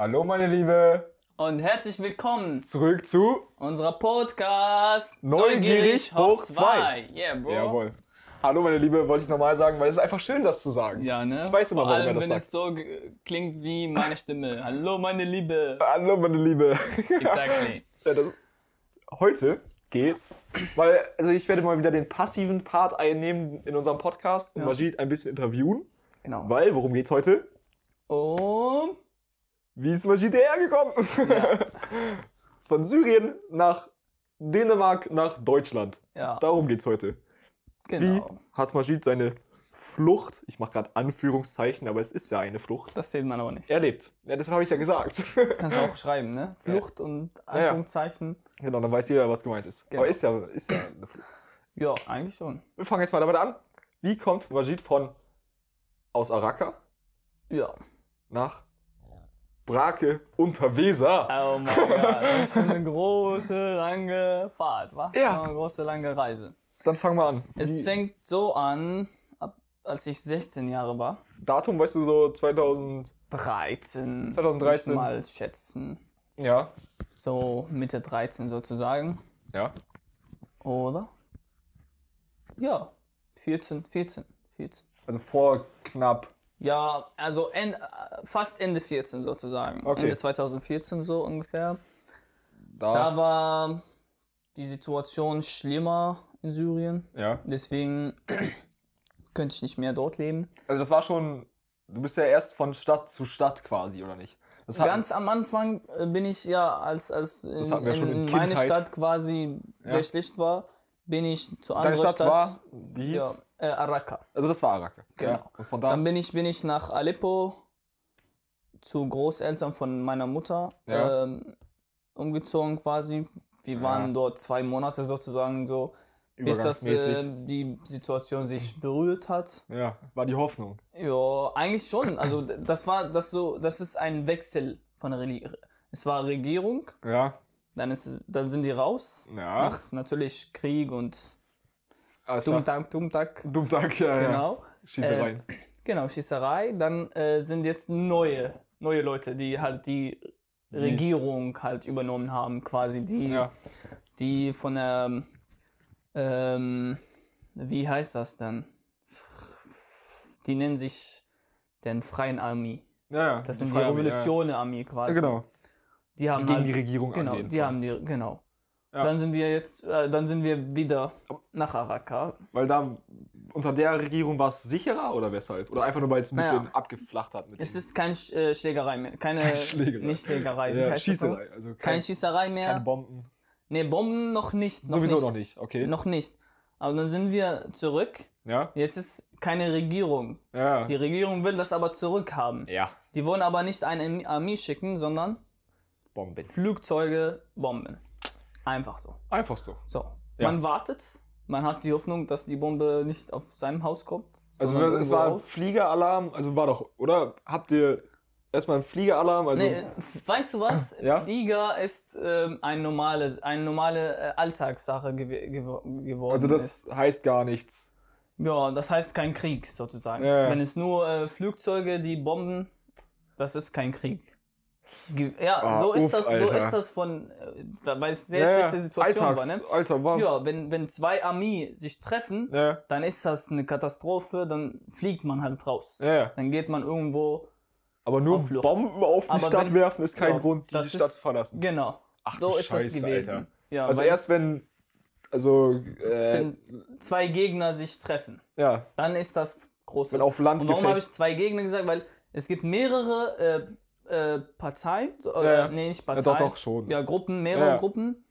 Hallo meine Liebe, Und herzlich willkommen zu zurück zu unserer Podcast Neugierig hoch zwei. Yeah, Bro. Jawohl. Hallo meine Liebe, wollte ich nochmal sagen, weil es ist einfach schön, das zu sagen. Ja, ne? Ich weiß immer, Vor warum allem, er das wenn sagt. es so ge- klingt wie meine Stimme. Hallo, meine Liebe. Hallo meine Liebe. Exactly. ja, das, heute geht's, weil also ich werde mal wieder den passiven Part einnehmen in unserem Podcast und Ja. Majid ein bisschen interviewen, Genau. weil worum geht's heute? Und Wie ist Majid hergekommen? Von Syrien nach Dänemark nach Deutschland. ja, Darum geht's heute. genau. Wie hat Majid seine Flucht, ich mache gerade Anführungszeichen, aber es ist ja eine Flucht, Das sieht man aber nicht. erlebt? Ja, deshalb habe ich ja gesagt. Kannst du auch schreiben, ne? Flucht und ja. Anführungszeichen. genau, dann weiß jeder, was gemeint ist. Genau. Aber ist ja, ist ja eine Flucht. Ja, eigentlich schon. Wir fangen jetzt mal damit an. Wie kommt Majid von aus Araka Ja. nach Brake unter Weser? Oh mein Gott, das ist schon eine große, lange Fahrt, wa? Ja. Eine große, lange Reise. Dann fangen wir an. Es Wie- fängt so an, ab, als ich 16 Jahre war. Datum weißt du so 2000, 13. 2013. würd ich mal schätzen. ja, So Mitte 13 sozusagen. ja, Oder? Ja, 14, 14, 14. also vor knapp. Ja, also en, äh, fast Ende 14 sozusagen. Okay. Ende 2014 so ungefähr. Da, Da war die Situation schlimmer in Syrien. ja. Deswegen könnte ich nicht mehr dort leben. Also das war schon, du bist ja erst von Stadt zu Stadt quasi, oder nicht? Das hat- Ganz am Anfang äh, bin ich ja, als, als in, hatten wir schon in meine Kindheit. Stadt quasi Ja. sehr schlecht war, bin ich zu Deine anderer Stadt, Stadt, war, die hieß, ja, äh, Araka. also das war Araka. Genau. Ja. Und von da, Dann bin ich, bin ich nach Aleppo zu Großeltern von meiner Mutter Ja. ähm, umgezogen quasi. Wir waren dort zwei Monate sozusagen so, bis das äh, übergangsmäßig. die Situation sich berührt hat. ja, war die Hoffnung. Ja, eigentlich schon. Also d- das war das so, das ist ein Wechsel von Reli- Es war Regierung, Ja, dann ist es, dann sind die raus. Ja. Nach natürlich Krieg und alles klar. Dummtag, Dummtag. Dummtag, ja, ja. Genau. Schieße Äh, rein. Genau, Schießerei. Dann äh, sind jetzt neue, neue Leute, die halt die Regierung halt übernommen haben, quasi. Die, Ja. die von der, ähm, wie heißt das denn? Die nennen sich den Freien Armee. Ja, ja. Das sind die Freie Armee, Revolutionen-Armee Ja. quasi. Ja, genau. Die haben Die gegen halt, die Regierung genau, angehen. die haben die, genau. Ja. Dann sind wir jetzt, äh, dann sind wir wieder nach Araka. Weil da unter der Regierung war es sicherer oder weshalb? Oder einfach nur, weil es ein Naja. bisschen abgeflacht hat mit Es dem- ist keine Sch äh, Schlägerei mehr, keine, Keine Schlägerei. nicht Schlägerei. wie ja, heißt das noch? Schießerei. Also kein, Keine Schießerei mehr. keine Bomben. Ne, Bomben noch nicht. Noch Sowieso nicht, noch nicht, okay. Noch nicht. Aber dann sind wir zurück. Ja? Jetzt ist keine Regierung. Ja. Die Regierung will das aber zurückhaben. ja. Die wollen aber nicht eine Armee schicken, sondern Bomben. Flugzeuge, Bomben. Einfach so. Einfach so. So. Ja. Man wartet. Man hat die Hoffnung, dass die Bombe nicht auf seinem Haus kommt. Also sondern es irgendwo war auf- Fliegeralarm, also war doch, oder? Habt ihr erstmal einen Fliegeralarm? Also, Nee, äh, weißt du was? Ja? Flieger ist ähm, ein normale, eine normale äh, Alltagssache gew gew geworden. also ist. das heißt gar nichts. Ja, das heißt kein Krieg sozusagen. Ja, ja. Wenn es nur äh, Flugzeuge, die bomben, das ist kein Krieg. Ge ja, Ah, so ist uff, das, so Alter. ist das von, äh, da- weil es sehr Ja, ja. schlechte Situation Alltags, war, ne? Alter, war. Ja, wenn, wenn zwei Armeen sich treffen, Ja, dann ist das eine Katastrophe, dann fliegt man halt raus. ja, ja. Dann geht man irgendwo, Aber nur Auf Flucht. Bomben auf die Aber Stadt wenn- werfen ist kein Ja, Grund, die das Stadt ist- zu verlassen. genau. Ach, so du ist das Scheiße, gewesen. Alter. Ja, Also weil erst wenn, also, es- äh, wenn zwei Gegner sich treffen, ja, dann ist das groß. wenn auf Land Und warum habe ich gefällt. zwei Gegner gesagt? Weil es gibt mehrere äh, äh, Parteien, so, Ja, äh, ja. nee, nicht Ja, Parteien, doch, doch, schon. ja, Gruppen, mehrere Ja, ja. Gruppen.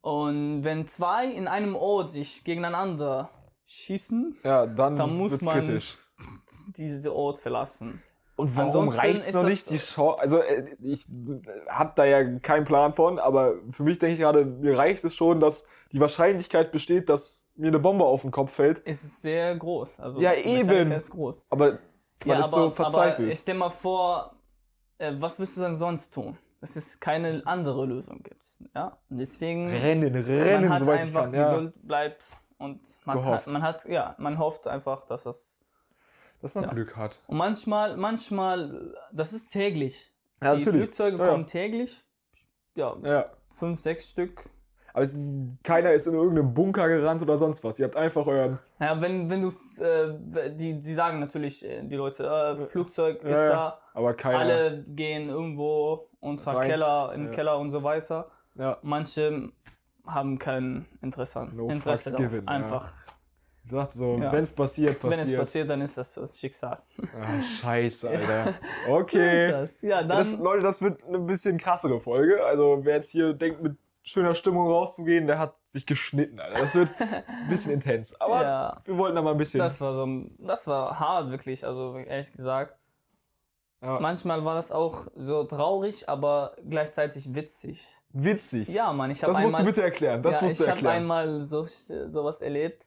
Und wenn zwei in einem Ort sich gegeneinander schießen, Ja, dann, Dann muss wird's man- kritisch. diese Ort verlassen. Und warum Ansonsten reicht's ist noch das- nicht die Chance? Also äh, ich habe da ja keinen Plan von, aber für mich denke ich gerade, mir reicht es schon, dass die Wahrscheinlichkeit besteht, dass mir eine Bombe auf den Kopf fällt. Es ist sehr groß. Also Ja, die Wahrscheinlichkeit eben. Ist groß. Aber man ja, ist aber, so verzweifelt. aber ich stell mal vor, äh, was willst du denn sonst tun? Dass es keine andere Lösung gibt. Ja? Und deswegen. rennen, man rennen, hat soweit ich einfach kann. Ja. Geduld bleibt und man Gehofft. hat, man hat, ja, man hofft einfach, dass das. Dass man Ja. Glück hat. Und manchmal, manchmal, das ist täglich. Ja, die natürlich. Flugzeuge Ja, ja. kommen täglich. Ja, Ja. fünf, sechs Stück. Aber es, keiner ist in irgendeinen Bunker gerannt oder sonst was. Ihr habt einfach euren. Naja, wenn, wenn du, äh, die, die sagen natürlich, äh, die Leute, äh, Flugzeug Ja, ist ja. da, Aber keiner. alle gehen irgendwo unter Rein. Keller, im Ja. Keller und so weiter. Ja. Manche haben kein Interesse an, No Interesse fucks darauf. given, ja. Einfach, Sagt so, Ja. wenn's passiert, wenn passiert. es passiert, dann ist das so Schicksal. Ah, scheiße, Alter. So Okay. ist das. Ja, dann, Das, Leute, das wird eine bisschen krassere Folge. Also, wer jetzt hier denkt, mit schöner Stimmung rauszugehen, der hat sich geschnitten, Alter. Das wird ein bisschen intens. Aber ja, wir wollten da mal ein bisschen. das war so, ein- das war hart wirklich, also ehrlich gesagt. ja, Manchmal war das auch so traurig, aber gleichzeitig witzig. witzig. Ja, Mann, ich habe das musst einmal du bitte erklären. Das ja, musst du ich habe erklären. einmal so, sowas erlebt.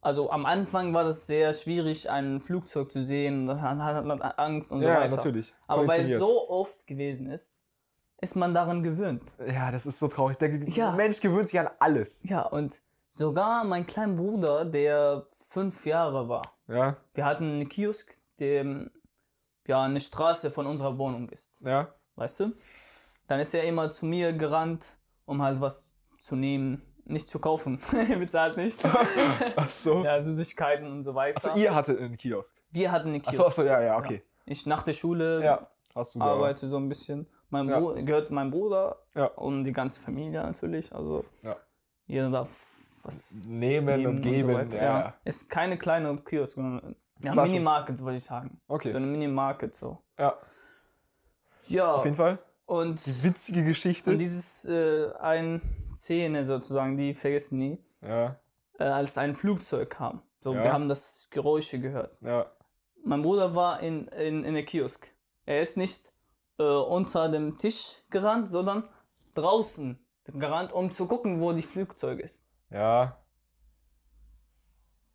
Also am Anfang war das sehr schwierig, ein Flugzeug zu sehen. Dann hat hat man Angst und so ja, weiter. natürlich. Aber weil es Konditionierst. so oft gewesen ist, ist man daran gewöhnt. Ja, das ist so traurig. Der Ja. Mensch gewöhnt sich an alles. Ja, und sogar mein kleiner Bruder, der fünf Jahre war. Ja, Wir hatten einen Kiosk, der ja eine Straße von unserer Wohnung ist. ja. weißt du? Dann ist er immer zu mir gerannt, um halt was zu nehmen, nicht zu kaufen, bezahlt nicht. Ach so. ja, Süßigkeiten und so weiter. Achso, Also ihr hattet einen Kiosk. Wir hatten einen Ach so, Kiosk. ach so, ja, ja, okay. Ich nach der Schule Ja. Hast du da. arbeite so ein bisschen. Mein Ja. Bru- gehört mein Bruder Ja. und die ganze Familie natürlich. Also Ja. jeder darf was Nehmen nehmen und geben. Und so weiter. ja, ja. Ist keine kleine Kiosk, sondern ja, War schon- Minimarket würde ich sagen. Okay. So eine Minimarket so. Ja, Ja, auf jeden Fall. und Die witzige Geschichte. Und dieses äh, ein Szene sozusagen, die vergessen nie, ja, äh, als ein Flugzeug kam. So, Ja. wir haben das Geräusche gehört. ja. Mein Bruder war in, in, in der Kiosk. Er ist nicht äh, unter dem Tisch gerannt, sondern draußen gerannt, um zu gucken, wo die Flugzeug ist. Ja.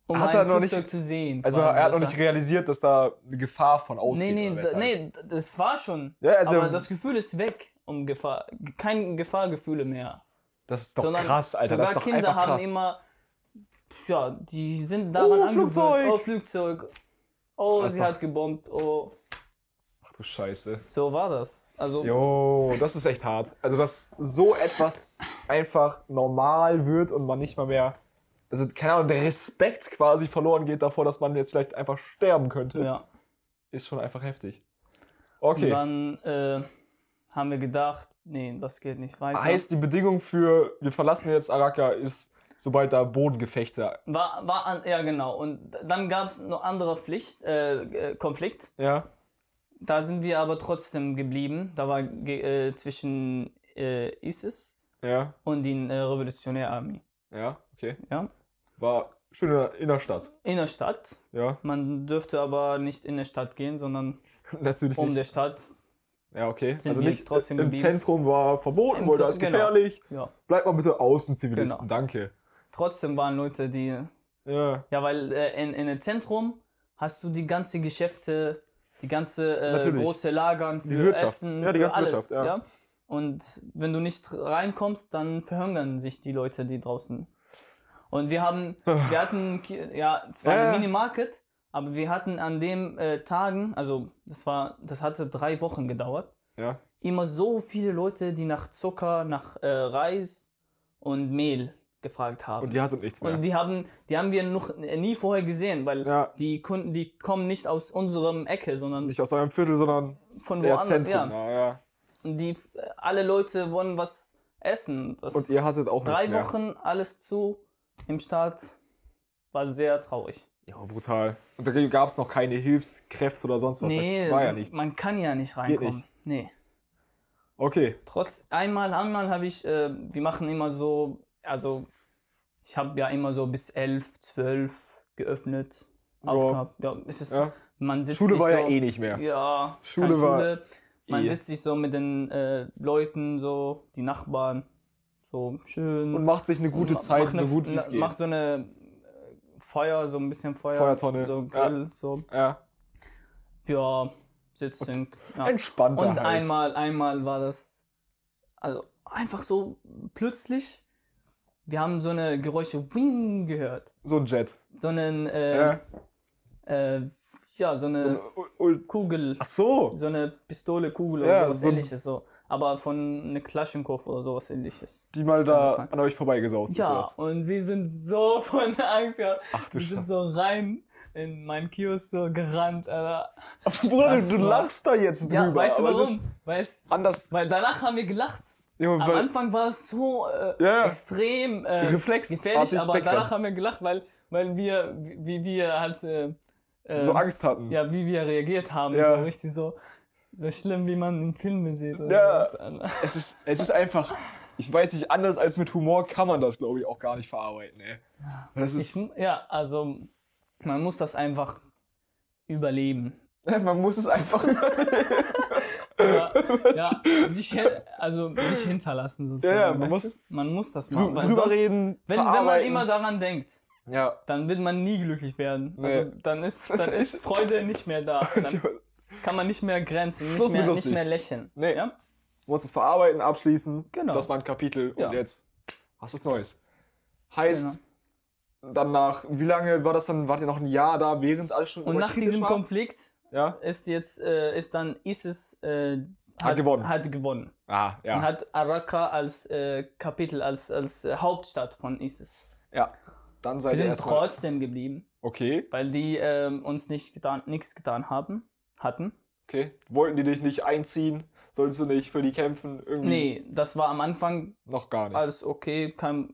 Um Hat ein er noch Flugzeug nicht- zu sehen. Also quasi, er hat noch dass nicht realisiert, dass da eine Gefahr von ausgeht. Nee, nee, oder da, weshalb. nee, das war schon. Ja, also- aber das Gefühl ist weg. Um Gefahr, kein Gefahrgefühle mehr. Das ist doch sondern krass, Alter. Das Sogar ist doch Kinder einfach haben krass. immer, ja, die sind daran Oh, angewöhnt. Flugzeug. Oh, Flugzeug. Oh, Das sie ist doch- hat gebombt. Oh, Ach du Scheiße. so war das. Also, Jo, das ist echt hart. Also, dass so etwas einfach normal wird und man nicht mal mehr. Also, keine Ahnung, der Respekt quasi verloren geht davor, dass man jetzt vielleicht einfach sterben könnte, ja. ist schon einfach heftig. Und Okay. dann äh, haben wir gedacht, nee, das geht nicht weiter. Heißt, die Bedingung für wir verlassen jetzt Araka ist, sobald da Bodengefechte. war, war an, ja, genau. Und dann gab es noch andere Pflicht, äh, äh, Konflikt. Ja, Da sind wir aber trotzdem geblieben. Da war ge- äh, zwischen äh, ISIS ja, und den äh, Revolutionärarmee. ja, okay. Ja. War schöne Innerstadt. In der Stadt. Ja, Man dürfte aber nicht in der Stadt gehen, sondern natürlich um nicht. der Stadt. Ja, okay. sind Also wir nicht trotzdem im geblieben. Zentrum war verboten, Im weil Ze- da ist genau. gefährlich. Ja. Bleibt mal bitte außen, Zivilisten, danke. Trotzdem waren Leute, die. Ja. Ja, weil äh, in, in dem Zentrum hast du die ganze Geschäfte, die ganze äh, Natürlich. große Lagern für Wirtschaft. Essen, Ja, die für ganze alles, Wirtschaft, ja. Und wenn du nicht reinkommst, dann verhungern sich die Leute, die draußen. Und wir haben, wir hatten Ki- ja zwar Ja, ja. eine Minimarket, aber wir hatten an den äh, Tagen, also das war, das hatte drei Wochen gedauert. Ja. immer so viele Leute, die nach Zucker, nach äh, Reis und Mehl gefragt haben. Und die hat nichts mehr. Und die haben, die haben wir noch nie vorher gesehen, weil Ja. die Kunden, die kommen nicht aus unserem Ecke, sondern nicht aus eurem Viertel, sondern von eher woanders. Zentrum. ja. Ja. Ja. Und die, alle Leute wollen was essen. Das Und ihr hattet auch nichts drei mehr. Wochen alles zu im Staat war sehr traurig. Ja, brutal. Und da gab es noch keine Hilfskräfte oder sonst was. nee, da war ja nichts. man kann ja nicht reinkommen. nicht. Nee. Okay. trotz einmal, einmal habe ich, äh, wir machen immer so, also ich habe ja immer so bis elf, zwölf geöffnet, Ja. aufgehabt. Ja, es ist, Ja. man sitzt Schule sich war so, ja eh nicht mehr. Ja, Schule keine war Schule. Man eh. sitzt sich so mit den äh, Leuten, so die Nachbarn, so schön. Und macht sich eine gute Ma- Zeit, mach eine- so gut wie na- es geht. Mach so eine äh, Feuer, so ein bisschen Feuer. Feuertonne, So ja. Grill, so. ja. Ja, sitzt in. Ja. Entspannter Und halt. einmal, einmal war das, also einfach so plötzlich, wir haben so eine Geräusche wing gehört. So ein Jet. So einen, äh, Ja. äh, ja, so eine So ne eine U- U- Kugel, Ach so. so eine Pistole, Kugel Ja, oder sowas so ein- ähnliches. So. Aber von einer Klaschenkopf oder sowas ähnliches. Die mal Kann das da sein? an euch vorbeigesaust Ja, ist. oder was? und wir sind so von Angst gehabt. Ach du Wir sind Scheiße. so rein in meinen Kiosk so gerannt, Alter. Bruder, Das du war- lachst da jetzt drüber. Ja, weißt du aber es ist warum? Weißt, Anders. weil danach haben wir gelacht. Junge, Am weil- Anfang war es so äh, Ja, ja. extrem äh, Reflex- gefährlich, artig aber wegrennen. danach haben wir gelacht, weil, weil wir, wie wir halt, äh, äh, so Angst hatten. ja, wie wir reagiert haben, Ja. so richtig so, so schlimm, wie man in Filmen sieht. oder Ja. so. Alter. Es, ist, es ist einfach, ich weiß nicht, anders als mit Humor kann man das, glaube ich, auch gar nicht verarbeiten, ey. Weil Das Ich, ist, ja, also man muss das einfach überleben. man muss es einfach. Ja, ja sich, hin- also sich hinterlassen sozusagen. Ja, ja, man weißt muss- du? man muss das machen. drü- weil drüber sonst, reden. wenn, wenn man verarbeiten. immer daran denkt, Ja. dann wird man nie glücklich werden. Also dann ist, dann ist Freude nicht mehr da. Dann kann man nicht mehr grenzen, nicht Schluss mit mehr, nicht lustig. mehr lächeln. Nee. Ja? muss es verarbeiten, abschließen. Genau. Das war ein Kapitel Ja. und jetzt hast du es Neues. Heißt, Genau. dann nach, wie lange war das dann? Wart ihr noch ein Jahr da, während alles schon Und nach kritisch diesem war? Konflikt Ja. ist jetzt äh, ist dann ISIS äh, hat, gewonnen. Hat gewonnen. Ah, ja. Und hat Araka als äh, Kapitel, als, als äh, Hauptstadt von ISIS. ja. Dann Wir seid ihr sind Also erstmal. trotzdem geblieben, Okay, weil die ähm, uns nicht getan, nichts getan haben, hatten. okay. Wollten die dich nicht einziehen? Solltest du nicht für die kämpfen? Irgendwie Nee, Also- das war am Anfang noch gar nicht. alles okay, kein,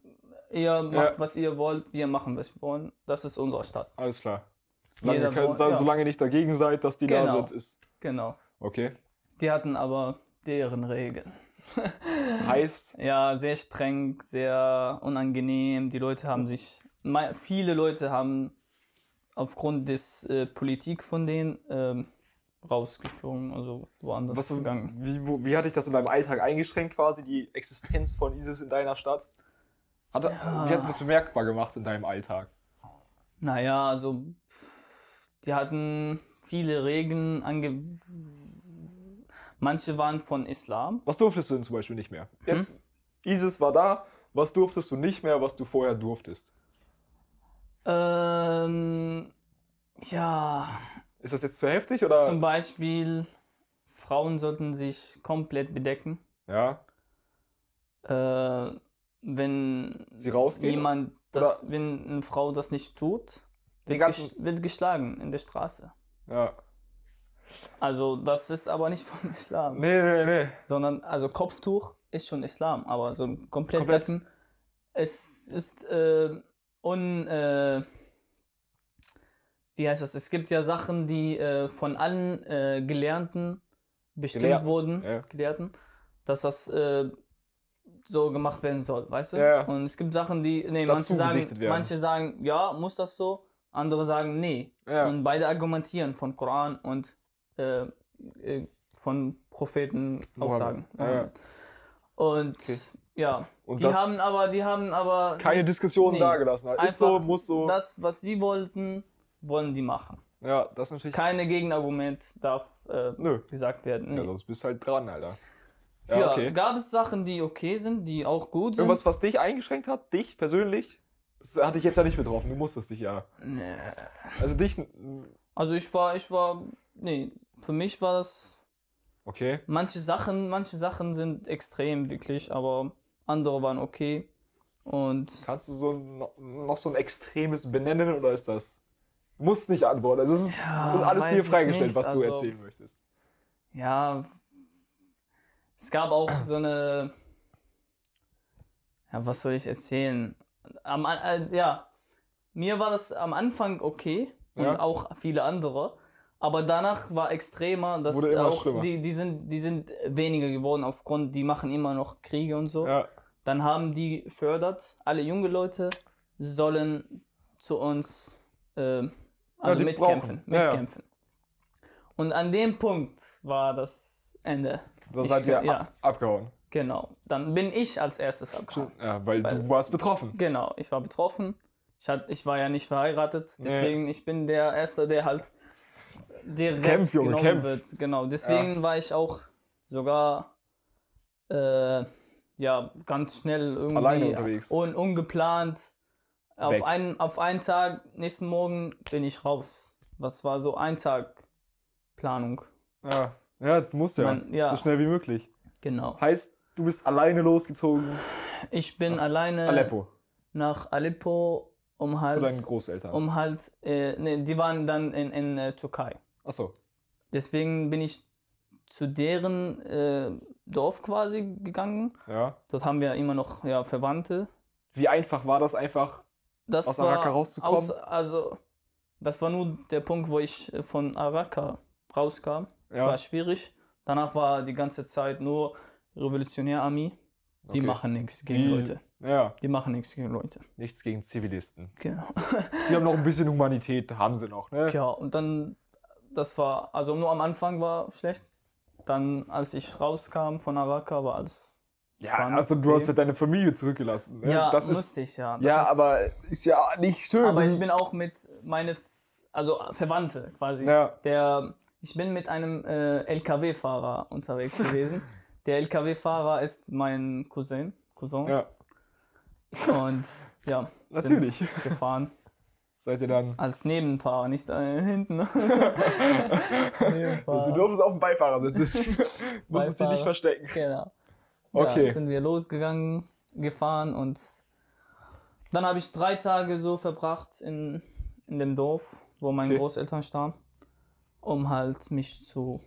ihr macht, Ja. was ihr wollt, wir machen, was wir wollen. Das ist unsere Stadt. Alles klar. Solange, Jeder ihr könnt, wo- ja. solange ihr nicht dagegen seid, dass die da Genau. sind, ist. Genau. Okay. Die hatten aber deren Regeln. Heißt, Ja, sehr streng, sehr unangenehm. Die Leute haben sich, mei- viele Leute haben aufgrund des äh, Politik von denen ähm, rausgeflogen, also woanders was, gegangen. wie, wo, wie hat dich das in deinem Alltag eingeschränkt, quasi die Existenz von ISIS in deiner Stadt? Hat, Wie hat sich das bemerkbar gemacht in deinem Alltag? Naja, also pff, die hatten viele Regeln ange... Manche waren von Islam. Was durftest du denn zum Beispiel nicht mehr? Hm? Jetzt, ISIS war da, was durftest du nicht mehr, was du vorher durftest? Ähm, ja, Ist das jetzt zu heftig oder? zum Beispiel Frauen sollten sich komplett bedecken. ja, Äh, wenn sie rausgehen? jemand das, wenn eine Frau das nicht tut, Die wird, ganzen- gesch- wird geschlagen in der Straße. Ja. Also das ist aber nicht vom Islam, Nee, nee, nee. sondern also Kopftuch ist schon Islam, aber so ein komplett Komplett. Decken, es ist äh, un äh, wie heißt das? Es gibt ja Sachen, die äh, von allen äh, Gelernten bestimmt Gelehrten, wurden, ja. Gelehrten, dass das äh, so gemacht werden soll, weißt du? Ja, ja. Und es gibt Sachen, die, nee, Dazu manche sagen, gedichtet werden. manche sagen, ja, muss das so, andere sagen, nee. Ja. Und beide argumentieren von Koran und äh, äh, von Propheten Aussagen. Ja, ja. Und Okay. ja, Und die das- haben aber, die haben aber Keine nicht- Diskussion nee. dagelassen. Ist so, Einfach muss so. Das, was sie wollten, wollen die machen. ja, das ist natürlich. Keine Gegenargument darf äh, Nö. gesagt werden. Ja, Nee. sonst bist du halt dran, Alter. Ja, gab es Sachen, die okay sind, die auch gut sind. Irgendwas, was dich eingeschränkt hat, dich persönlich? Das hatte ich jetzt ja nicht betroffen, du musstest dich ja. Also dich. n- Also ich war, ich war, nee, für mich war das Okay. manche Sachen, manche Sachen sind extrem wirklich, aber andere waren okay. Und Kannst du so ein, no- noch so ein extremes benennen oder ist das? Musst nicht antworten. Also es ist, Ja, es ist alles weiß dir ich freigestellt, nicht, was du also- erzählen möchtest. ja, es gab auch so eine, ja, was soll ich erzählen? Am, An- äh, ja, mir war das am Anfang okay und Ja. auch viele andere, aber danach war extremer, dass Wurde immer auch schlimmer. die, die sind, die sind weniger geworden aufgrund, die machen immer noch Kriege und so. Ja. Dann haben die fördert, alle junge Leute sollen zu uns äh, also die mitkämpfen. brauchen. Ja, ja. mitkämpfen. Und an dem Punkt war das Ende. Da Ich seid ihr geh- ja. ab- abgehauen. Genau. Dann bin ich als erstes abgehauen. Ja, weil, Weil- du warst betroffen. Genau, ich war betroffen. Ich, hat, ich war ja nicht verheiratet, deswegen ich bin der Erste, der halt direkt Kämpf, Junge, genommen kämpf. wird. Genau, deswegen war ich auch sogar äh, ja, ganz schnell irgendwie Alleine unterwegs. und ungeplant. Auf Weg. einen, auf einen Tag, nächsten Morgen bin ich raus. was war so ein Tag Planung? Ja, ja du musst ja. Man- ja. So schnell wie möglich. Genau. Heißt, du bist alleine losgezogen. Ich bin alleine Aleppo. nach Aleppo, um zu deinen halt, Großeltern. um halt, äh, ne, die waren dann in, in äh, Türkei. Achso. Deswegen bin ich zu deren äh, Dorf quasi gegangen. Ja. Dort haben wir immer noch ja, Verwandte. Wie einfach war das einfach? Das Aus war Araka rauszukommen? Aus, also, das war nur der Punkt, wo ich äh, von Araka rauskam. Ja. War schwierig. Danach war die ganze Zeit nur Revolutionärarmee. Die Okay. machen nichts gegen Die- Leute. Ja. Die machen nichts gegen Leute. Nichts gegen Zivilisten. Genau. Die haben noch ein bisschen Humanität, haben sie noch, ne? Tja, und dann, das war, also nur am Anfang war schlecht. Dann, als ich rauskam von Araka, war alles Ja, spannend. also du hast Okay. ja deine Familie zurückgelassen. Ne? Ja, das ist, musste ich, ja. Das ja ist, aber ist ja nicht schön. aber ich bin auch mit meine, also Verwandte quasi. Ja. Der, ich bin mit einem äh, LKW-Fahrer unterwegs gewesen. Der LKW-Fahrer ist mein Cousin, Cousin. Ja, Und ja, natürlich. gefahren Seid ihr dann. als Nebenfahrer, nicht äh, hinten. Du Nebenfahrer. durftest auf dem Beifahrersitz sitzen. Musstest dich Beifahrer. nicht verstecken. Genau. Okay. Ja, sind wir losgegangen, gefahren und dann habe ich drei Tage so verbracht in, in dem Dorf, wo meine Okay. Großeltern starben, um halt mich zu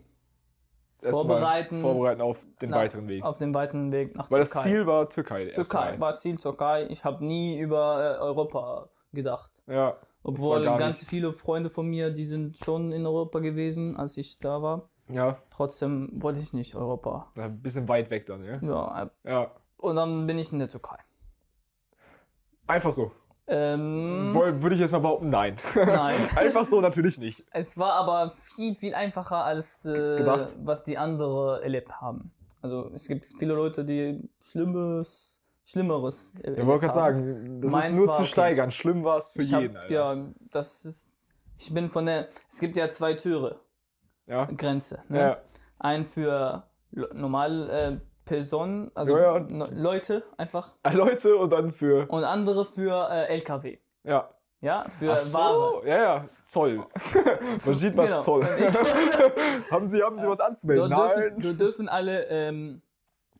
Erstmal vorbereiten. Vorbereiten auf den nach- weiteren Weg. Auf den weiten Weg nach Weil das Türkei. Ziel war Türkei. Türkei erstmal. war Ziel Türkei. Ich habe nie über äh, Europa gedacht. Ja. Obwohl gar ganz viele Freunde von mir, die sind schon in Europa gewesen, als ich da war. Ja. Trotzdem wollte ich nicht Europa. Ein bisschen weit weg dann, ja. Ja, äh, Ja. und dann bin ich in der Türkei. Einfach so. Ähm, Woll- Würde ich jetzt mal behaupten, nein. nein. Einfach so natürlich nicht. Es war aber viel, viel einfacher als äh, Gedacht. was die anderen erlebt haben. Also es gibt viele Leute, die Schlimmes, Schlimmeres äh, Ich wollte gerade haben. sagen, das Meins ist nur war zu okay. steigern. Schlimm war es für ich jeden, hab, Alter. Ja, das ist. Ich bin von der. Es gibt ja zwei Türe, Ja. Grenze. Ne? ja. Ein für lo- normal äh, Personen, also Ja, ja, und- no- Leute einfach. Ah, Leute und dann für. Und andere für äh, LKW. Ja. Ja, für Ach so, Äh, Ware. Oh. Ja, ja. Zoll. Man sieht mal Genau. Zoll. Und ich- haben Sie, haben Sie was Da anzumelden? dürfen, Nein. da dürfen alle, ähm,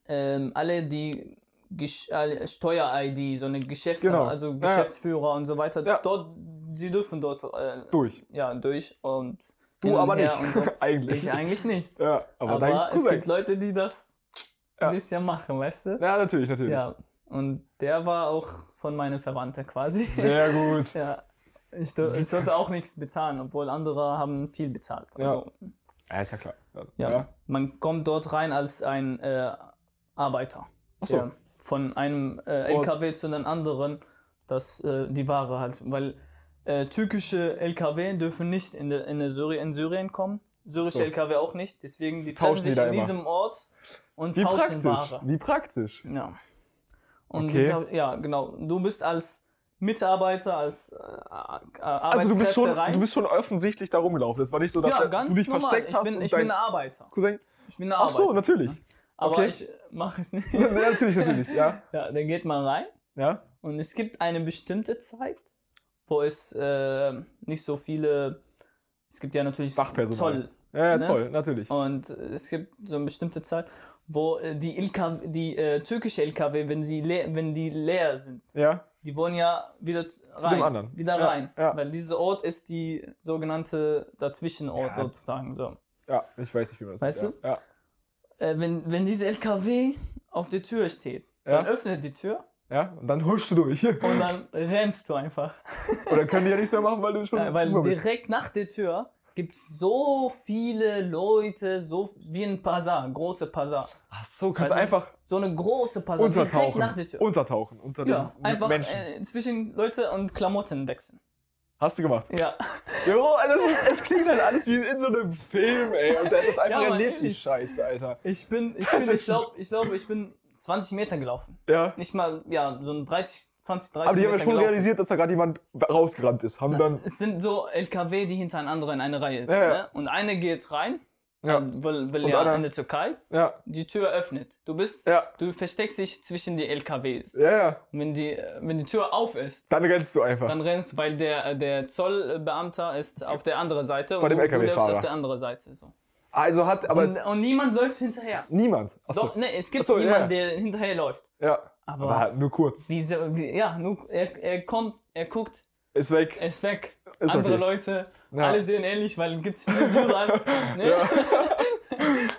ähm, alle die Gesch- alle Steuer-ID, so eine Geschäfte, Genau. also Ja, ja. Geschäftsführer und so weiter, Ja. dort, sie dürfen dort äh, Durch. ja, durch und hin Du und aber her nicht. Genau, und so. Eigentlich. Ich eigentlich nicht. Ja, aber, Aber, dein es Cousin. gibt Leute, die das Ja. ein bisschen machen, weißt du? Ja, natürlich, natürlich. Ja. Und der war auch von meinen Verwandten quasi. Sehr gut. ja. Ich, do- ich sollte auch nichts bezahlen, obwohl andere haben viel bezahlt. Ja. Also, Ja, ist ja klar. ja. Man kommt dort rein als ein äh, Arbeiter. so. der von einem äh, Und- LKW zu den anderen, dass äh, die Ware halt, weil äh, türkische LKW dürfen nicht in, der in, der Syri in Syrien kommen, syrische So. LKW auch nicht, deswegen die Tauschen treffen die sich da an immer. diesem Ort und Wie tauschen praktisch. Ware. Wie praktisch. Ja. Und Okay. die tau- ja, genau. Du bist als Mitarbeiter, als äh, Ar- Also du bist, Arbeitskräfte schon, rein. du bist schon öffentlich da rumgelaufen. Das war nicht so, dass ja, du ganz dich normal. versteckt ich hast bin, und ich dein bin ein Arbeiter. Cousin. Ich bin ein Ach Arbeiter. so, natürlich. Aber okay. ich mache es nicht. Ja, natürlich, natürlich. Ja. ja, dann geht man rein. Ja. Und es gibt eine bestimmte Zeit, wo es äh, nicht so viele. Es gibt ja natürlich Wachpersonal. Zoll. Ja, ja Ne? toll, natürlich. Und es gibt so eine bestimmte Zeit, wo äh, die, LKW, die äh, türkische LKW, wenn, sie le wenn die leer sind, Ja. die wollen ja wieder z- rein. dem anderen. Wieder Ja, rein. ja. Weil dieser Ort ist die sogenannte Dazwischenort Ja. sozusagen. So. Ja, ich weiß nicht, wie man das Weißt ja. du? Ja. Äh, wenn, wenn diese LKW auf der Tür steht, dann Ja. öffnet die Tür ja. Und dann huschst du durch. und dann rennst du einfach. Oder können die ja nichts mehr machen, weil du schon Ja, weil drüber bist. direkt nach der Tür gibt es so viele Leute, so wie ein Pazar, große Pazar. Ach so, kannst Weißt du, einfach So eine große Pazar, direkt untertauchen. also nach der Tür. Untertauchen unter Ja, den einfach Menschen. äh, zwischen Leute und Klamotten wechseln. Hast du gemacht. Ja, Jo, das, ist, es klingt halt alles wie in so einem Film, ey. Und der hat das einfach Ja, Mann, erlebt, die ehrlich. Scheiße, Alter. ich bin, ich Das bin, ich ist- glaube, ich, glaub, ich bin 20 Meter gelaufen. Ja. Nicht mal, ja, so ein 30, 20, 30 Aber die haben Meter ja schon gelaufen. realisiert, dass da gerade jemand rausgerannt ist. Haben dann. Es sind so LKW, die hintereinander in einer Reihe sind. Ja, ja. Ne? Und eine geht rein Ja. Ähm, weil, weil Und ja einer- in der Türkei Ja, die Tür öffnet. Du bist, ja, du versteckst dich zwischen die LKWs. ja, ja. Und Wenn die, äh, wenn die Tür auf ist, Dann rennst du einfach. dann rennst du, weil der, äh, der Zollbeamter ist auf der anderen Seite dem du, du läufst LKW-Fahrer. auf der anderen Seite. So. also hat, aber Und, es, und niemand läuft hinterher. niemand. Achso, Doch, ne, es gibt Ach so, niemanden, ja, der hinterher läuft. ja. Aber, Aber halt nur kurz. diese, wie, ja, nur, er, er kommt, er guckt, Ist weg. er ist weg. Ist Andere okay. Leute, Ja. alle sehen ähnlich, weil gibt's viele Syrer. ne? Ja.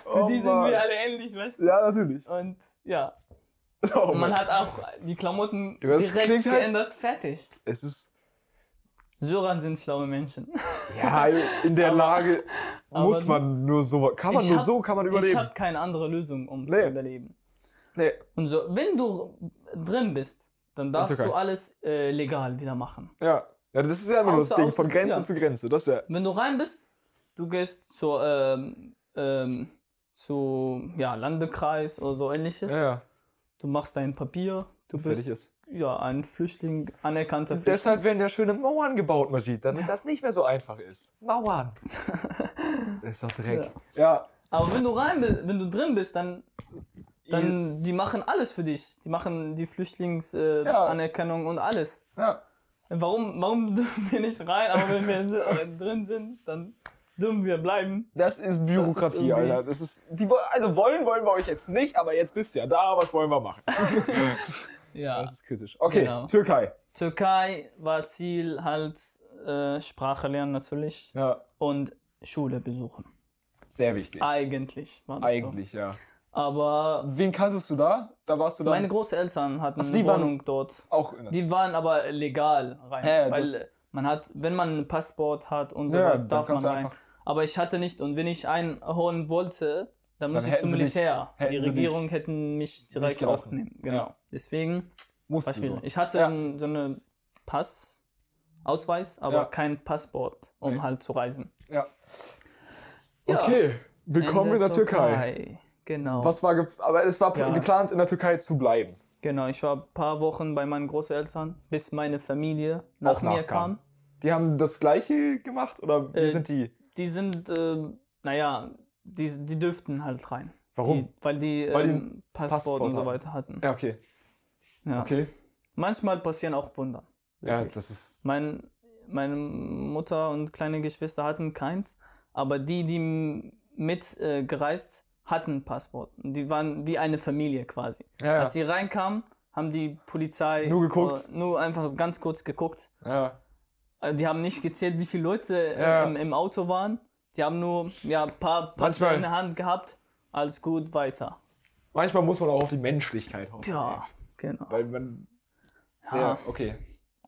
Für die sind Oh Mann. wir alle ähnlich, weißt du? Ja, natürlich. Und ja, Oh und man Mann. hat auch die Klamotten Ja, das direkt klingt halt- geändert, fertig. es ist, Syrer sind schlaue Menschen. ja, in der Lage muss aber- man nur so, kann man Ich nur hab- so, kann man Ich überleben. habe keine andere Lösung, um zu Nee. überleben. Nee, Und so, wenn du drin bist, dann darfst Türkei. du alles äh, legal wieder machen. ja. Ja, das ist ja immer nur das Außer- Ding, außer- von Grenze ja. zu Grenze. Das ist ja, Wenn du rein bist, du gehst zur, ähm, ähm, zu ja, Landekreis oder so ähnliches. ja, ja. Du machst dein Papier. Du fertig bist ist. ja ein Flüchtling, anerkannter Flüchtling. Deshalb werden ja schöne Mauern gebaut, Majid, damit das nicht mehr so einfach ist. Mauern. ist doch Dreck. Ja. Aber wenn du rein bist, wenn du drin bist, dann, dann die machen alles für dich. Die machen die Flüchtlingsanerkennung äh, Ja. Anerkennung und alles. ja. Warum, warum dürfen wir nicht rein? Aber wenn wir si- äh, drin sind, dann dürfen wir bleiben. Das ist Bürokratie, irgendwie- Alter. Das ist, die, wo- also wollen wollen wir euch jetzt nicht, aber jetzt bist du ja da, was wollen wir machen? Ja. Das ist kritisch. Okay, Genau. Türkei. Türkei war Ziel halt äh, Sprache lernen natürlich Ja, und Schule besuchen. sehr wichtig. Ah, Eigentlich war das Eigentlich, ja. so. Aber Wen kanntest du da? Da warst du dann meine Großeltern hatten Also die eine waren- Wohnung dort. auch in der Die waren aber legal rein, Ja, ja, weil das- äh, man hat, wenn man ein Passport hat und so, Ja, weiter, dann darf man kannst du rein. einfach- Aber ich hatte nicht und wenn ich einholen wollte, dann muss Dann ich hätten zum sie dich- Militär. hätten Die sie dich Regierung hätten mich direkt gelassen. aufnehmen. Genau. Ja. Deswegen, musst was du ich, so. ich hatte Ja. einen- so einen Pass, Ausweis, aber Ja. kein Passport, um Nee. halt zu reisen. Ja. Ja. Okay, willkommen in der Türkei. Genau. Was war ge aber es war Ja. geplant, in der Türkei zu bleiben. Genau, ich war ein paar Wochen bei meinen Großeltern, bis meine Familie nach mir nachkam. kam. Die haben das gleiche gemacht oder wie Äh, sind die? Die sind, äh, naja, die, die dürften halt rein. Warum? Die, weil die, Weil die ähm, Passport, Passport und so haben. weiter hatten. Ja, okay. Ja. Okay. Manchmal passieren auch Wunder. Ja, Wirklich. das ist. Mein, meine Mutter und kleine Geschwister hatten keins, aber die, die m- mit äh, gereist, hatten Passport. Und Die waren wie eine Familie quasi. Ja, ja. Als sie reinkamen, haben die Polizei Nur geguckt. äh, nur einfach ganz kurz geguckt. ja. Also die haben nicht gezählt, wie viele Leute äh, Ja. im, im Auto waren. Die haben nur ja, ein paar Pässe Manchmal. in der Hand gehabt. Alles gut, weiter. Manchmal muss man auch auf die Menschlichkeit hoffen. Ja, genau. Weil man. Sehr, Ja. okay.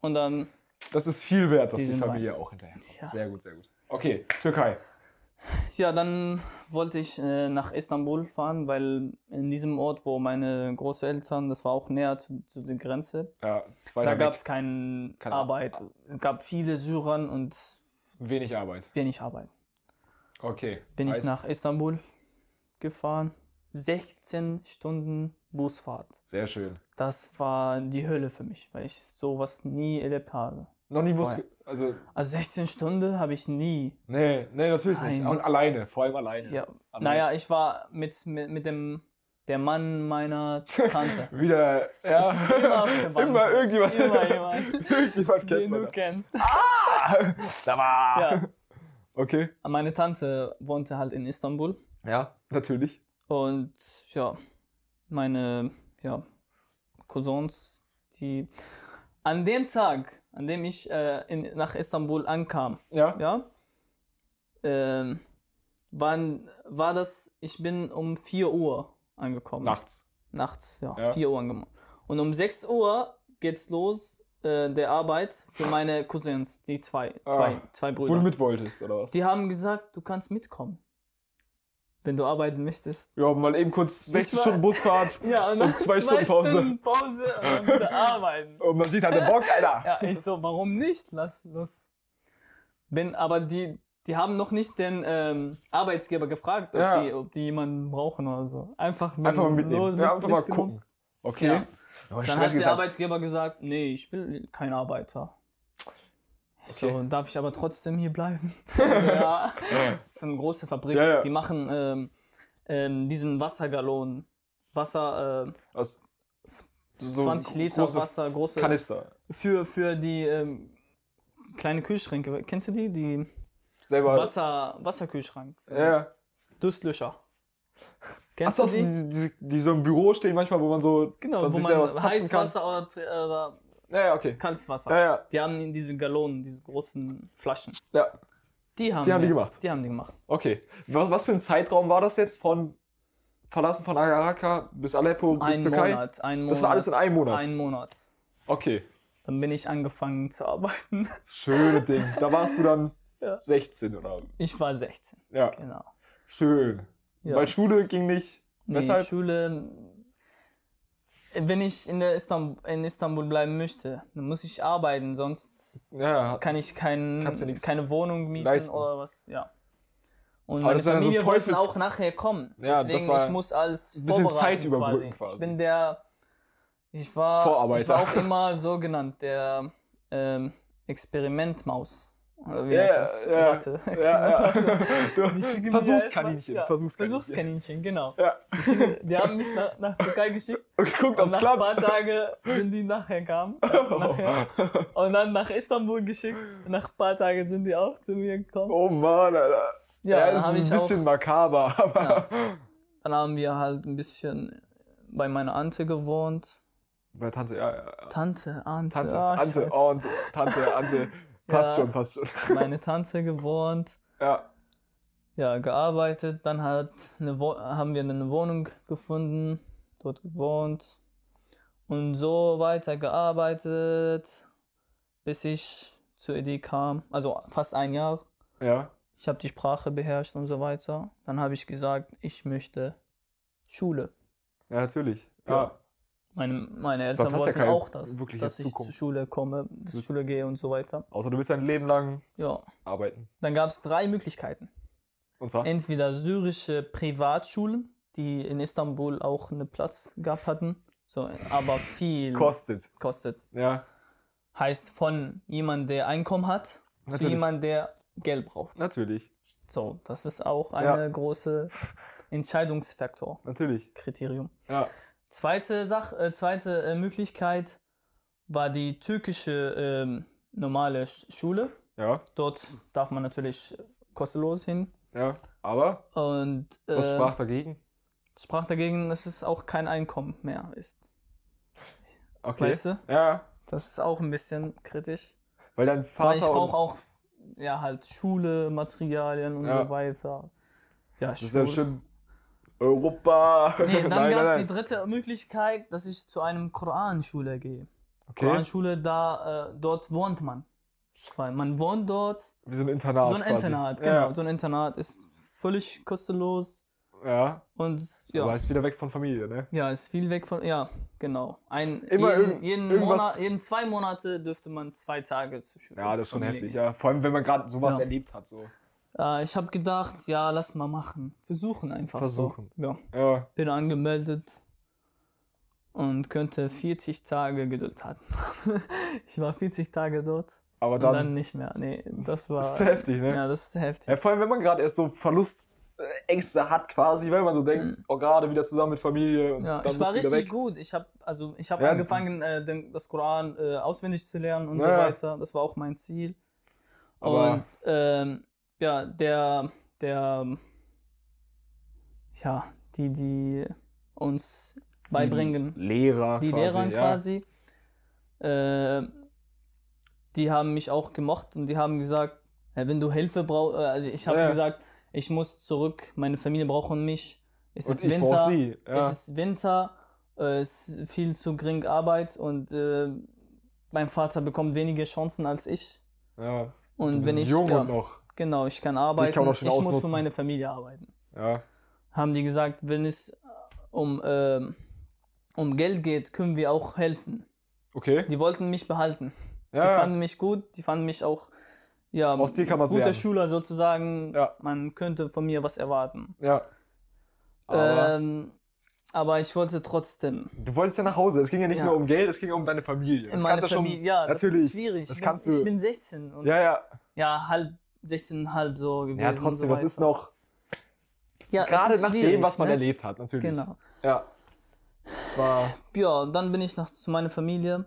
Und dann Das ist viel wert, dass Die die, sind Familie auch hinterherkommt. Ja. Sehr gut, sehr gut. Okay, Türkei. Ja, dann wollte ich äh, nach Istanbul fahren, weil in diesem Ort, wo meine Großeltern, das war auch näher zu, zu der Grenze, Ja, da weiter gab weg. es keine Keine Arbeit. Es gab viele Syrer und wenig Arbeit. wenig Arbeit. Okay. Bin ich Heißt, nach Istanbul gefahren. 16 Stunden Busfahrt. Sehr schön. Das war die Hölle für mich, weil ich sowas nie erlebt habe. Noch nie Bus. Vorher. Also, Also 16 Stunden habe ich nie. nee, nee, natürlich nicht. Nein. Und alleine, vor allem alleine. Ja, Aber- naja, ich war mit, mit, mit dem der Mann meiner Tante. Wieder, Es ist ja. immer verwandt. Immer irgendjemand. Immer jemand, irgendjemand kennt den man. Ah. du da. kennst. Da war. Ja. Okay. Meine Tante wohnte halt in Istanbul Ja, natürlich. und ja, meine ja, Cousins, die an dem Tag, an dem ich äh, in, nach Istanbul ankam, Ja. ja, ähm, waren, war das, ich bin um 4 Uhr angekommen. Nachts. Nachts, ja, Ja. 4 Uhr angekommen. Und um 6 Uhr geht's los, äh, der Arbeit für meine Cousins, die zwei, zwei, Ah. zwei Wo du Brüder. mit wolltest, oder was? Die haben gesagt, du kannst mitkommen, wenn du arbeiten möchtest. Ja, mal eben kurz 16 war- Stunden Busfahrt. Ja, dann und dann zwei Stunden Pause. Stunden Pause und wieder arbeiten. Und man sieht, hat der Bock, Alter. Ja, ich so, warum nicht? Lass, lass. Bin, aber die, die haben noch nicht den ähm, Arbeitsgeber gefragt, ob, Ja. die, ob die jemanden brauchen oder so. Einfach, Einfach mal mitnehmen. nur mit- ja, einfach mal mitgenommen. gucken. Okay. Ja. Oh, Dann hat stressige der Zeit. Arbeitsgeber gesagt, nee, ich will keinen Arbeiter. Ich so, darf ich aber trotzdem hier bleiben? Also, ja. Das ist eine große Fabrik. Ja, ja. Die machen ähm, ähm, diesen Wassergallon. Wasser, äh, Aus so 20 Liter große Wasser, große. Kanister. für, für die ähm, kleine Kühlschränke. Kennst du die? Die Selber. Wasser, Wasserkühlschrank. So. Ja. Durstlöscher. Kennst Achso, du die, die? die, die so im Büro stehen manchmal, wo man so. Genau, dann wo sich man selber was zapfen heißes kann. Wasser oder, tr- oder Ja, ja, okay. kaltes Wasser. Ja, ja, Die haben diese Gallonen, diese großen Flaschen. ja. Die haben Die haben die gemacht. Die haben die gemacht. Okay. Was, was für ein Zeitraum war das jetzt von Verlassen von Agaraka bis Aleppo bis Ein Türkei? Monat, ein Monat. Das war alles in einem Monat? Ein Monat. Okay. Dann bin ich angefangen zu arbeiten. Schöne Ding. Da warst du dann Ja. 16 oder. Ich war 16, Ja. genau. Schön. Ja. Weil Schule ging nicht. Nee, Weshalb? Schule. Wenn ich in, der Istanbul, in Istanbul bleiben möchte, dann muss ich arbeiten, sonst Ja. kann ich kein, Kannst du nichts keine Wohnung mieten leisten. oder was. Ja. Und Aber meine das ist ja so Familie wollten Teufels- auch nachher kommen. Ja, das Deswegen, war ich muss alles bisschen vorbereiten. Zeit überbrücken quasi. Ich bin der, ich war, Vorarbeiter. ich war auch immer so genannt, der ähm, Experimentmaus. Oder wie Ja, heißt das? ja. Ratte. Ja, ja. Die schicken Du mir Versuchskaninchen. erstmal- ja, Versuchskaninchen. Versuchskaninchen, genau. Ja. Die schicken- Die haben mich nach, nach Türkei geschickt Okay, guckt, und ob's nach ein paar klappt. Tagen sind die nachher kamen. Nachher, und dann nach Istanbul geschickt. Nach ein paar Tagen sind die auch zu mir gekommen. Oh Mann, Alter. Ja, dann das habe ist ich ein auch. bisschen makaber, aber. Dann haben wir halt ein bisschen bei meiner Ante gewohnt. Bei Tante, ja, ja. ja. Tante, Ante, Tante, ah, Ante, oh, und Tante, Ante. Passt Ja. schon, passt schon. Scheiße. meine Tante gewohnt. Ja. Ja, gearbeitet. Dann hat eine Wo haben wir eine Wohnung gefunden, dort gewohnt. Und so weiter gearbeitet, bis ich zur Idee kam. Also fast ein Jahr. Ja. Ich habe die Sprache beherrscht und so weiter. Dann habe ich gesagt, ich möchte Schule. Ja, natürlich. Ja. Ja. Meine, meine Eltern hast ja wollten keine auch das, wirkliche dass ich Zukunft. zur Schule komme, zur bist- Schule gehe und so weiter. Außer du willst dein Leben lang Ja, arbeiten. dann gab es drei Möglichkeiten. Und zwar? Entweder syrische Privatschulen, die in Istanbul auch einen Platz gehabt hatten, so, aber viel Kostet. kostet. Ja, Heißt von jemand, der Einkommen hat, zu Natürlich. jemand, der Geld braucht. natürlich. So, das ist auch eine große Entscheidungsfaktor, Natürlich. Kriterium. Ja. Zweite Sache, äh, zweite äh, Möglichkeit war die türkische ähm, normale Sch- Schule. Ja. Dort darf man natürlich kostenlos hin. Ja. Aber Und äh, was sprach dagegen? sprach dagegen, dass es auch kein Einkommen mehr ist. Okay. Weißt du? Ja. Das ist auch ein bisschen kritisch. Weil dein Weil Vater. ich und- brauche auch ja halt Schule, Materialien und Ja. so weiter. Ja, Das ist ja Schule. bestimmt Europa. Nee, dann Nein, gab es die nein, nein. dritte Möglichkeit, dass ich zu einem Koranschule gehe. Okay. Koranschule, da, äh, dort wohnt man. Weil man wohnt dort, Wie so ein Internat. so ein quasi. Internat, genau. Ja. So ein Internat ist völlig kostenlos ja. und ja. Aber ja, ist wieder weg von Familie, ne? ja, ist viel weg von, ja, genau. Ein, Immer jeden, irgend- jeden, irgendwas- Monat, jeden zwei Monate dürfte man zwei Tage zu Schule. Ja, das ist schon heftig. Ja. Vor allem, wenn man gerade sowas Ja. erlebt hat. So. Äh, ich habe gedacht, ja, lass mal machen. Versuchen einfach Versuchen. so. Ja, Ja. bin angemeldet und könnte 40 Tage Geduld haben. ich war 40 Tage dort Aber und dann, dann nicht mehr. Nee, das war... ist es zu heftig, ne? Ja, das ist heftig. Ja, vor allem, wenn man gerade erst so Verlustängste hat, quasi, wenn man so denkt, oh, gerade wieder zusammen mit Familie und Mhm. Ja, dann ich war bist du richtig wieder weg. gut. Ich habe also ich habe Ja, angefangen, äh, den, das Koran äh, auswendig zu lernen und so Ja. weiter. Das war auch mein Ziel. Aber- und ähm, ja, der der ja die die uns beibringen, Lehrer. die, quasi, Lehrer ja. quasi, äh, die haben mich auch gemocht und die haben gesagt, "Äh, wenn du Hilfe brauchst, also ich habe Ja. gesagt, ich muss zurück, meine Familie braucht mich. Es Und ist ich brauch Winter. sie. Ja. Es ist Winter, äh, es ist viel zu gering Arbeit und äh, mein Vater bekommt weniger Chancen als ich. ja. Und Du wenn bist ich jung ja, und noch. genau, ich kann arbeiten, man auch schon ich muss für ausnutzen. meine Familie arbeiten. Ja. Haben die gesagt, wenn es äh, um ähm, um Geld geht, können wir auch helfen. Okay. Die wollten mich behalten. Die Ja, ja. fanden mich gut, die fanden mich auch ja, Aus dir kann man's guter werden. Schüler sozusagen. Ja. Man könnte von mir was erwarten. ja. Aber Ähm, Aber ich wollte trotzdem. Du wolltest ja nach Hause. Es ging ja nicht Ja. nur um Geld, es ging um deine Familie. In Das meine kannst du schon- Familie, ja, das natürlich. ist schwierig. Das ich, kannst bin, du- ich bin 16 und Ja, ja. ja, halb 16, halb so gewesen. Ja, und trotzdem, so das ist weiter. noch. Ja, es Gerade ist nach dem, schwierig, was man ne? erlebt hat, natürlich. Genau. Ja. Das war. Ja, und dann bin ich nach, zu meiner Familie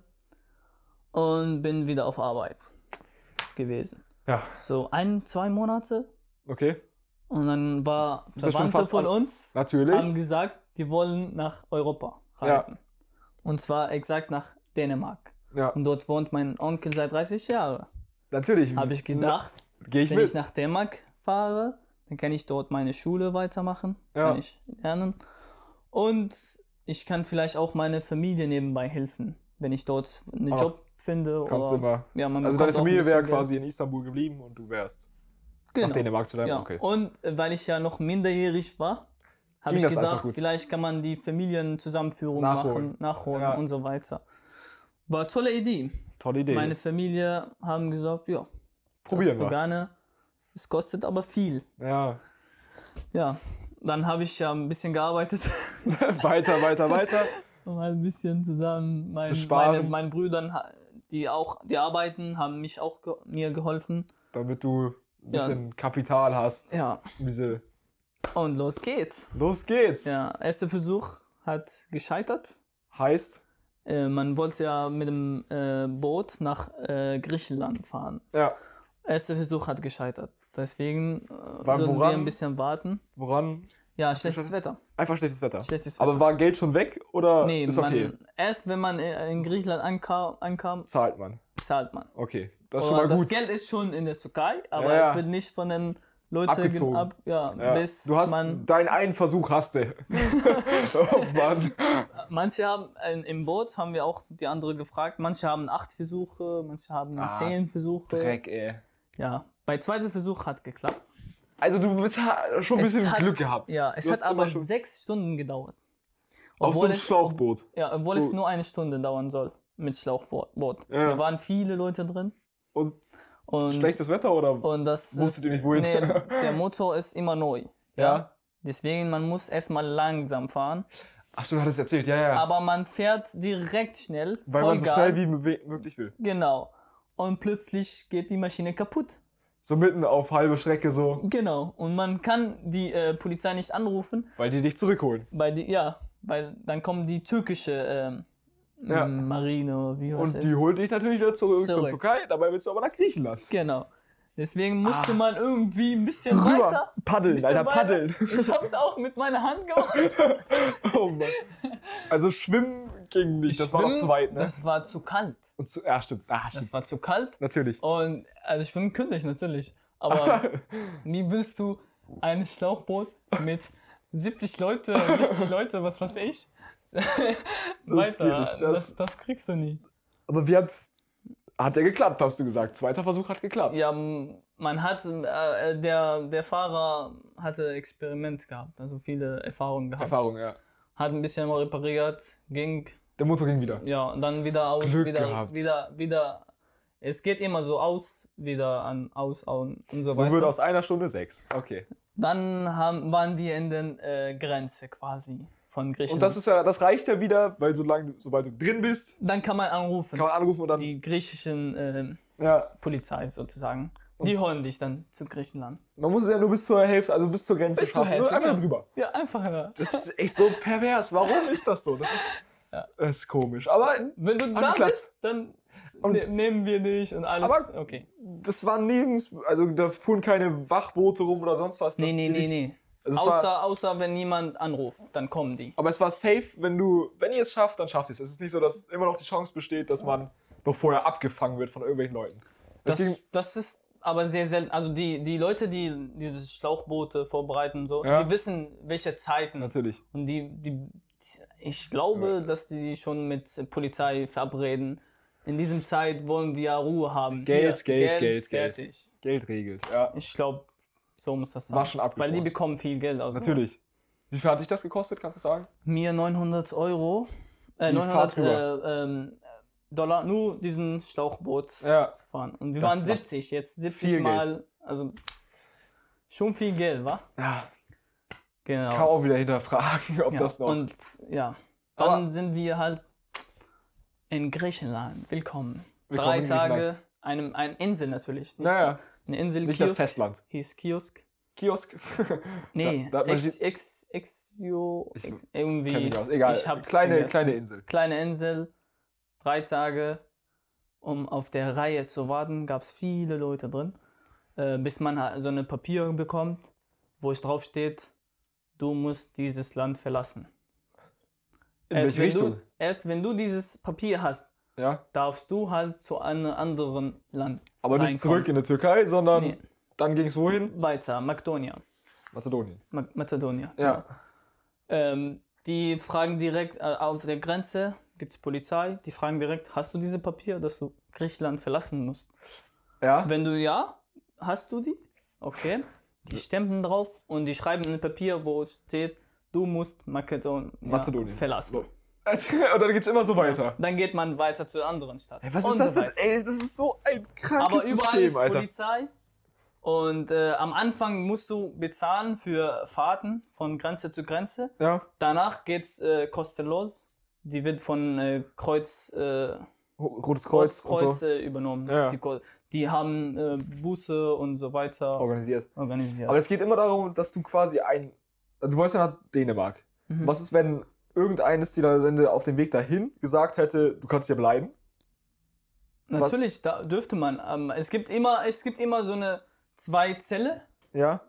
und bin wieder auf Arbeit gewesen. Ja, So ein, zwei Monate okay. und dann war das schon Verwandte fast von an- uns haben Natürlich. gesagt, die wollen nach Europa reisen. Und zwar exakt nach Dänemark. Ja, Und dort wohnt mein Onkel seit 30 Jahren. natürlich. Habe ich gedacht, Gehe ich wenn mit. ich nach Dänemark fahre, dann kann ich dort meine Schule weitermachen, Ja. kann ich lernen. Und ich kann vielleicht auch meine Familie nebenbei helfen, wenn ich dort einen Ach, Job finde. Ah. Kannst oder, du immer. ja, man Also bekommt deine auch ein Familie wäre bisschen Geld. quasi in Istanbul geblieben und du wärst genau. nach Dänemark zu deinem ja. Onkel. Und äh, weil ich ja noch minderjährig war, Ging habe ich das alles noch gedacht, gut? vielleicht kann man die Familienzusammenführung Nachholen. machen, nachholen Ja. und so weiter. War eine tolle Idee. Tolle Idee. Meine Familie haben gesagt, ja, Probieren kannst du wir. gerne. Es kostet aber viel. Ja. Ja, dann habe ich ja ein bisschen gearbeitet, weiter, weiter, weiter. um halt ein bisschen zusammen. Mein, Zu sparen. Meine, meinen Brüdern, ha- die auch, die arbeiten, haben mich auch ge mir geholfen. Damit du ein Ja. bisschen Kapital hast. Ja, um Diese. und los geht's. Los geht's. Ja, erster Versuch hat gescheitert. Heißt. Äh, man wollte ja mit dem äh, Boot nach äh, Griechenland fahren. Ja. Erster Versuch hat gescheitert. Deswegen äh, Weil sollten wir woran- ein bisschen warten. Woran? Ja, schlechtes Wetter. Einfach schlechtes Wetter. Schlechtes Wetter. Aber war Geld schon weg oder nee, ist okay? man, erst wenn man äh, in Griechenland ankam, ankam Zahlt man. zahlt man. Okay. Das ist Aber schon mal das gut. Geld ist schon in der Türkei, aber Ja, ja. es wird nicht von den Leuten Abgezogen. Ab, ja, Ja. bis du hast man. deinen einen Versuch hast du. oh Mann. Manche haben äh, im Boot haben wir auch die andere gefragt. Manche haben acht Versuche, manche haben Ah, zehn Versuche. ey. Ja, bei zweiter Versuch hat geklappt. Also du bist ha- schon ein Es bisschen hat- Glück gehabt. Ja, es Du hat hast immer aber schon- sechs Stunden gedauert. Auf so Obwohl einem es- Schlauchboot. Ja, obwohl So. es nur eine Stunde dauern soll mit Schlauchboot. Ja. Da waren viele Leute drin Und und schlechtes Wetter oder? und das Wusstet ist, ihr nicht, wohin? Nee, der Motor ist immer neu. ja. Deswegen man muss erstmal langsam fahren. Ach stimmt, du hattest erzählt, ja, ja. aber man fährt direkt schnell. Weil man so Vollgas. schnell wie mö- möglich will. Genau. Und plötzlich geht die Maschine kaputt. So mitten auf halbe Strecke so, Genau. Und man kann die äh, Polizei nicht anrufen, weil die dich zurückholen. weil die, ja, weil dann kommen die türkische ähm, Ja. m, Marine oder wie was Und ist. die holt dich natürlich wieder zurück, zur Zurück. Türkei, dabei willst du aber nach Griechenland. Genau. Deswegen musste Ah. man irgendwie ein bisschen Rüber, weiter. paddeln, bisschen Alter, weiter. paddeln. Ich hab's auch mit meiner Hand gemacht. Oh Mann. Also schwimmen ging nicht, das war noch Schwimmen, zu weit, ne? Das war zu kalt. Und zu, ja, stimmt. Ah, stimmt. Das war oh zu kalt. Natürlich. Und also schwimmen könnte ich natürlich. Aber wie willst du ein Schlauchboot mit 70 Leute, 60 Leute, was weiß ich, geht weiter? nicht, das- Das, das kriegst du nie. Aber wie hat's. Hat ja geklappt, hast du gesagt. Zweiter Versuch hat geklappt. Ja, m, man hat, äh, äh, der, der Fahrer hatte Experiment gehabt, also viele Erfahrungen gehabt. Erfahrung, ja. Hat ein bisschen mal repariert, ging, Der Motor ging wieder. ja, und dann wieder aus, Glück wieder, gehabt. wieder, wieder. Es geht immer so aus, wieder an, aus, an und so, So weiter. wird aus einer Stunde sechs. Okay. Dann haben, waren wir in den äh, Grenze quasi von Und Griechenland. das ist ja, das reicht ja wieder, weil solange du, sobald du drin bist, dann kann man anrufen, kann man anrufen und dann. die griechischen äh, Ja. Polizei sozusagen. Die holen dich dann zu Griechenland. Man muss es ja nur bis zur Hälfte, also bis zur Grenze Bis zur schaffen. Nur Hälfte, einfach ja. drüber. Ja, einfach. Ja. Das ist echt so pervers. Warum ist das so? Das ist, das ist komisch. Aber Wenn du da Angeklagt. bist, dann Und- ne nehmen wir dich und alles. Aber- okay. das war nirgends, also da fuhren keine Wachboote rum oder sonst was. Nee, dass nee, die nee, dich- nee. Also es war, Außer, außer wenn niemand anruft, dann kommen die. aber es war safe, wenn du, wenn ihr es schafft, dann schafft ihr es. Es ist nicht so, dass immer noch die Chance besteht, dass man noch vorher abgefangen wird von irgendwelchen Leuten. Das, ging, Das, das ist aber sehr selten. Also die, die Leute, die diese Schlauchboote vorbereiten, so, Ja. die wissen, welche Zeiten natürlich. Und die, die, ich glaube, dass die die schon mit Polizei verabreden. In diesem Zeit wollen wir Ruhe haben. Geld, Geld, Geld, Geld. fertig. Geld regelt. Ja, Ich glaube, so muss das sein. War schon abgesprochen. Weil die bekommen viel Geld. Also natürlich. Wie viel hat dich das gekostet, kannst du sagen? Mir 900 Euro, äh, Die 900 Fahrt rüber. äh, ähm, Dollar, nur diesen Schlauchboot Ja. zu fahren. Und wir Das waren macht 70, jetzt 70 viel Mal. Also schon viel Geld, wa? Ja. Genau. Kann man auch wieder hinterfragen, ob ja. das noch. Und ja, dann Aber- sind wir halt in Griechenland. Willkommen. Willkommen Drei in Tage, Griechenland. einem, eine Insel natürlich. Nicht naja, Eine Insel, nicht das Kiosk. Festland. hieß Kiosk. Kiosk. Nee, da hat man ex, sie- ex, exio, Ich ex, Kenn irgendwie. mich aus. Egal. ich hab's kleine, vergessen. kleine Insel. Kleine Insel, drei Tage, um auf der Reihe zu warten, gab es viele Leute drin, äh, bis man ha- so eine Papier bekommt, wo es drauf steht, du musst dieses Land verlassen. In welche erst, wenn Richtung? du, erst wenn du dieses Papier hast, Ja. darfst du halt zu einem anderen Land Aber nicht reinkommen. zurück in die Türkei, sondern Nee. dann ging es wohin? weiter, Makedonia. Mazedonien. Ma Mazedonia. Ja. Ähm, die fragen direkt äh, auf der Grenze, gibt es Polizei, die fragen direkt, hast du diese Papier, dass du Griechenland verlassen musst? Ja. Wenn du ja, hast du die? Okay. Die stempeln drauf und die schreiben ein Papier, wo steht, du musst Makedon Mazedonien. verlassen. So. Und dann geht's immer so weiter. Dann geht man weiter zur anderen Stadt. Ey, was ist und das so denn? weiter. Ey, das ist so ein Aber krankes überall System, ist Alter. Polizei. Und äh, am Anfang musst du bezahlen für Fahrten von Grenze zu Grenze. Ja. Danach geht's äh, kostenlos. Die wird von äh, Kreuz, äh, Ho- Rotes Kreuz, Kreuz, und Kreuz so äh, übernommen. Ja. Die, Ko- die haben äh, Busse und so weiter organisiert. organisiert. Aber es geht immer darum, dass du quasi ein. Du wolltest ja nach Dänemark. Mhm. Was ist, wenn irgendeines dieser Länder auf dem Weg dahin gesagt hätte, du kannst hier bleiben? Natürlich, da dürfte man. Ähm, es, gibt immer, es gibt immer so eine zwei Zelle. Ja.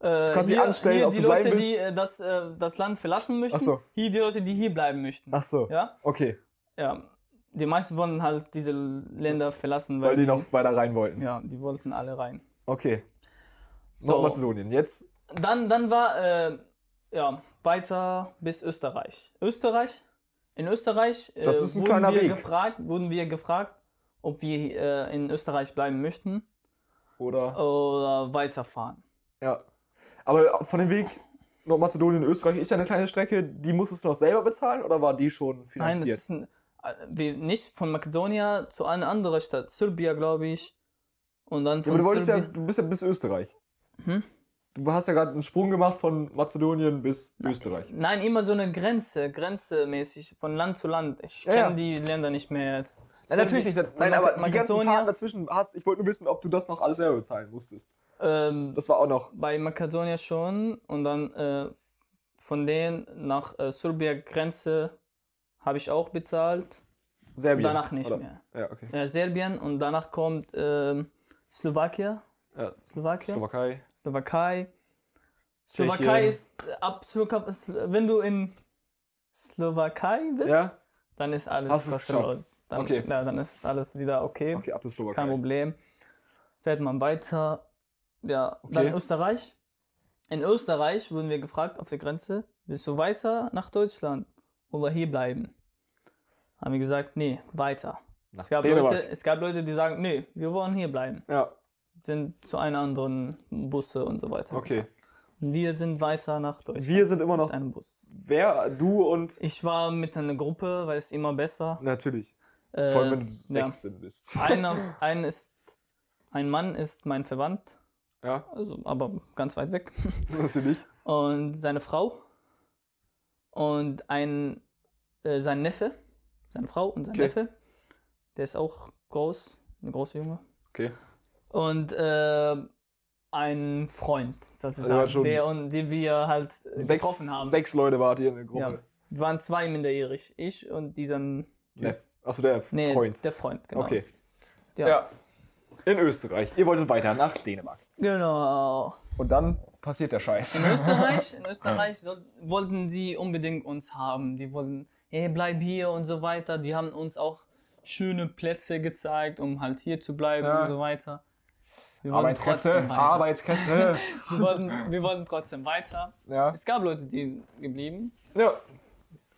Äh, kannst dich anstellen, hier ob die du bleiben Leute, die willst. äh, das, äh, das Land verlassen möchten. Ach so. Hier die Leute, die hier bleiben möchten. Ach so. Ja? Okay. ja. Die meisten wollen halt diese Länder verlassen, weil, Weil die noch weiter rein wollten. ja, die wollten alle rein. Okay. So. Nordmazedonien. Jetzt. Dann, dann war äh, ja, weiter bis Österreich. Österreich? In Österreich äh, Das ist ein wurden, kleiner wir Weg. Gefragt, wurden wir gefragt, ob wir äh, in Österreich bleiben möchten Oder. oder weiterfahren. Ja. Aber von dem Weg Nordmazedonien und Österreich ist ja eine kleine Strecke, die musstest du noch selber bezahlen oder war die schon Nein, das finanziert? ist ein, äh, wir nicht von Makedonien zu einer anderen Stadt, Serbia, glaube ich. Und dann ja, von aber du wolltest ja, Serbia. du bist ja bis Österreich. Hm? Du hast ja gerade einen Sprung gemacht von Mazedonien bis Österreich. Nein, immer so eine Grenze, grenzemäßig, von Land zu Land. Ich Ja, kenne ja. die Länder nicht mehr jetzt. Nein, natürlich nicht. Serbien- Nein, von aber die ganzen Makedonien, Fahrten dazwischen hast, ich wollte nur wissen, ob du das noch alles selber bezahlen musstest. ähm, Das war auch noch. bei Makedonien schon und dann äh, von denen nach äh, Serbien Grenze habe ich auch bezahlt. Serbien. Danach nicht oder? mehr. Ja, okay. Äh, Serbien und danach kommt ähm, Slowakia. Ja. Slowakia? Slowakei. Slowakei. Tschechien. Slowakei ist äh, absolut. kap- Slo- Wenn du in Slowakei bist, Ja? dann ist alles Hast du's kostenlos. Dann, Okay. ja, dann ist es alles wieder okay. Okay, ab der Slowakei. Kein Problem. Fährt man weiter. Ja, Okay. dann Österreich. In Österreich wurden wir gefragt auf der Grenze, willst du weiter nach Deutschland oder hier bleiben? Haben wir gesagt, nee, weiter. Nach Es gab, Dänemark. Leute, es gab Leute, die sagen, nee, wir wollen hier bleiben. Ja, Sind zu einer anderen Busse und so weiter. okay. gefahren. Und wir sind weiter nach Deutschland Wir sind immer noch. mit einem Bus. Wer? Du und. Ich war mit einer Gruppe, weil es immer besser. Natürlich. Äh, Vor allem, wenn du ja. 16 bist. Einer, ein ist, ein Mann ist mein Verwandt. Ja, also, aber ganz weit weg. das bin ich. Und seine Frau und ein, äh, sein Neffe, seine Frau und sein Okay. Neffe, der ist auch groß, ein großer Junge. Okay. Und äh, ein Freund, sozusagen, war Also schon der und die wir halt äh, Sechs, getroffen haben. sechs Leute wart ihr in der Ja. Gruppe. Wir waren zwei minderjährig, ich und diesen Ja. Achso, der nee, Freund. der Freund, genau. Okay. Ja. Ja. In Österreich. Ihr wolltet weiter nach Dänemark. Genau. Und dann passiert der Scheiß. In Österreich, in Österreich soll, wollten sie unbedingt uns haben. Die wollten, hey, bleib hier und so weiter. Die haben uns auch schöne Plätze gezeigt, um halt hier zu bleiben Ja. und so weiter. Wir wollten trotzdem Arbeitskräfte, weiter. Arbeitskräfte. Wir wollten, wir wollten trotzdem weiter. ja. Es gab Leute, die geblieben. ja.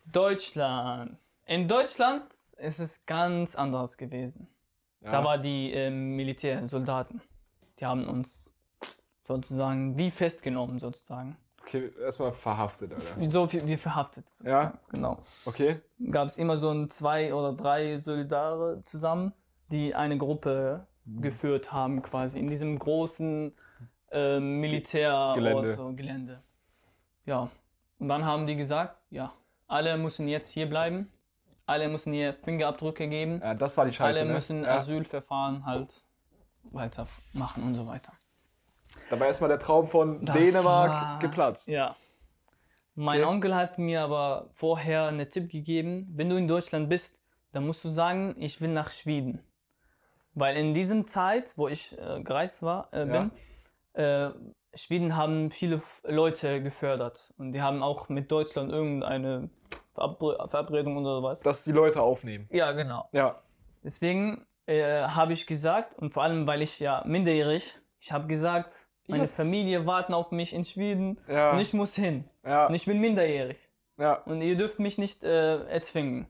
Deutschland. In Deutschland ist es ganz anders gewesen. Da war die ähm, Militärsoldaten. Die haben uns sozusagen wie festgenommen sozusagen. Okay, erstmal verhaftet, Alter. So wie wir verhaftet. sozusagen. Genau. Okay. Gab es immer so ein zwei oder drei Solidare zusammen, die eine Gruppe Mhm. geführt haben, quasi in diesem großen ähm, Militärort, Gelände. So, Gelände. Ja. Und dann haben die gesagt, ja, alle müssen jetzt hier bleiben. Alle müssen hier Fingerabdrücke geben. Ja, das war die Scheiße. alle ne? müssen ja. Asylverfahren halt weitermachen und so weiter. Dabei ist mal der Traum von Das Dänemark war- geplatzt. Ja. Mein Ja. Onkel hat mir aber vorher einen Tipp gegeben, wenn du in Deutschland bist, dann musst du sagen, ich will nach Schweden. Weil in diesem Zeit, wo ich äh, gereist war, Ja. äh, bin, äh, Schweden haben viele F- Leute gefördert. Und die haben auch mit Deutschland irgendeine Verabre Verabredung oder sowas. Dass die Leute aufnehmen. Ja, genau. Ja. Deswegen äh, habe ich gesagt, und vor allem, weil ich ja minderjährig, ich habe gesagt, meine Ja. Familie warten auf mich in Schweden Ja. und ich muss hin. Ja. Und ich bin minderjährig. ja. Und ihr dürft mich nicht äh, erzwingen.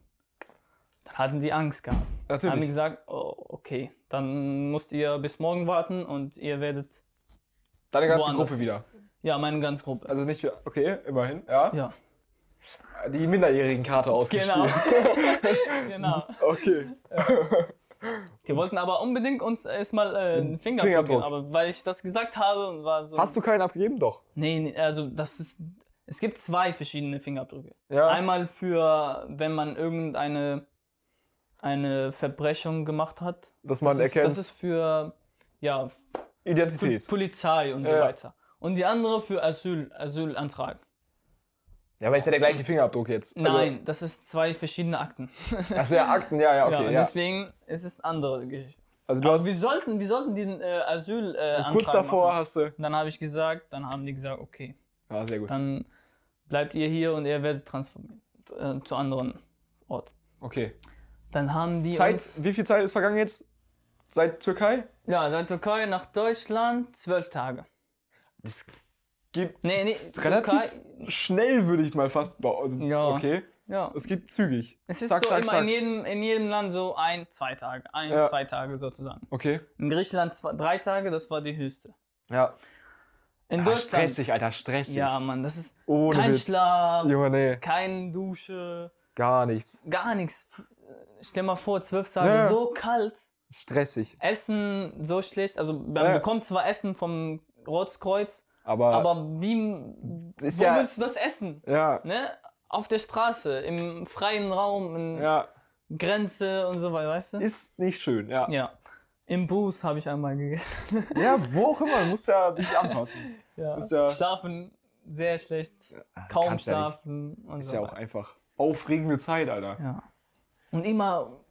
Dann hatten die Angst gehabt. Haben mir Natürlich. gesagt, oh, okay, dann müsst ihr bis morgen warten und ihr werdet, Deine ganze woanders. Gruppe wieder. ja, meine ganze Gruppe. Also nicht, okay, immerhin, ja. ja, Die minderjährigen Karte ausgespielt. genau. genau. Okay. Die wollten aber unbedingt uns erstmal äh, einen Finger Finger drücken, drücken. aber weil ich das gesagt habe und war so. Hast du keinen abgegeben? Doch. Nee, nee, also das ist. Es gibt zwei verschiedene Fingerabdrücke. Ja. Einmal für, wenn man irgendeine eine Verbrechung gemacht hat. Dass man das erkennt, Ist, das ist für ja für Identität. Polizei und so Ja. weiter. Und die andere für Asyl, Asylantrag. Ja, aber ist ja der gleiche Fingerabdruck jetzt. Nein, das ist zwei verschiedene Akten. Also, achso, ja, Akten, ja, ja, ja, und okay. Ja, deswegen ist es andere Geschichte. Also du hast Wir sollten, wir sollten den äh, Asyl äh, Antrag kurz davor machen. hast du. Und dann habe ich gesagt, dann haben die gesagt, okay. Ja, sehr gut. dann bleibt ihr hier und ihr werdet transformiert äh, zu anderen Ort. Okay. Dann haben die uns, Zeit, wie viel Zeit ist vergangen jetzt? Seit Türkei? ja, seit Türkei nach Deutschland zwölf Tage. Das gibt Nee, nee, relativ Türkei- schnell, würde ich mal fast bauen. Ja. Okay. Ja, Es geht zügig. es ist so immer in jedem, in jedem Land so ein, zwei Tage, ein, Ja. zwei Tage sozusagen. Okay. In Griechenland zwei, drei Tage, das war die höchste. Ja. In Ah, Deutschland, stressig, Alter, stressig. ja, Mann, das ist Ohne kein Witz. Schlaf, Junge, nee, kein Dusche, gar nichts. gar nichts. Stell mal vor, zwölf Tage, Ja. so kalt. Stressig. Essen so schlecht. Also man Ja. bekommt zwar Essen vom Rotkreuz, Aber, aber wie Ist wo ja- willst du das essen? ja, Ne? Auf der Straße, im freien Raum, in ja, Grenze und so weiter, weißt du? ist nicht schön, ja. Ja. Im Bus habe ich einmal gegessen. Ja, wo auch immer, muss ja dich anpassen. ja. Ist ja- Schlafen sehr schlecht, kaum kannst ja nicht. schlafen und Ist so ja auch weiter. einfach aufregende Zeit, Alter. Ja. Und immer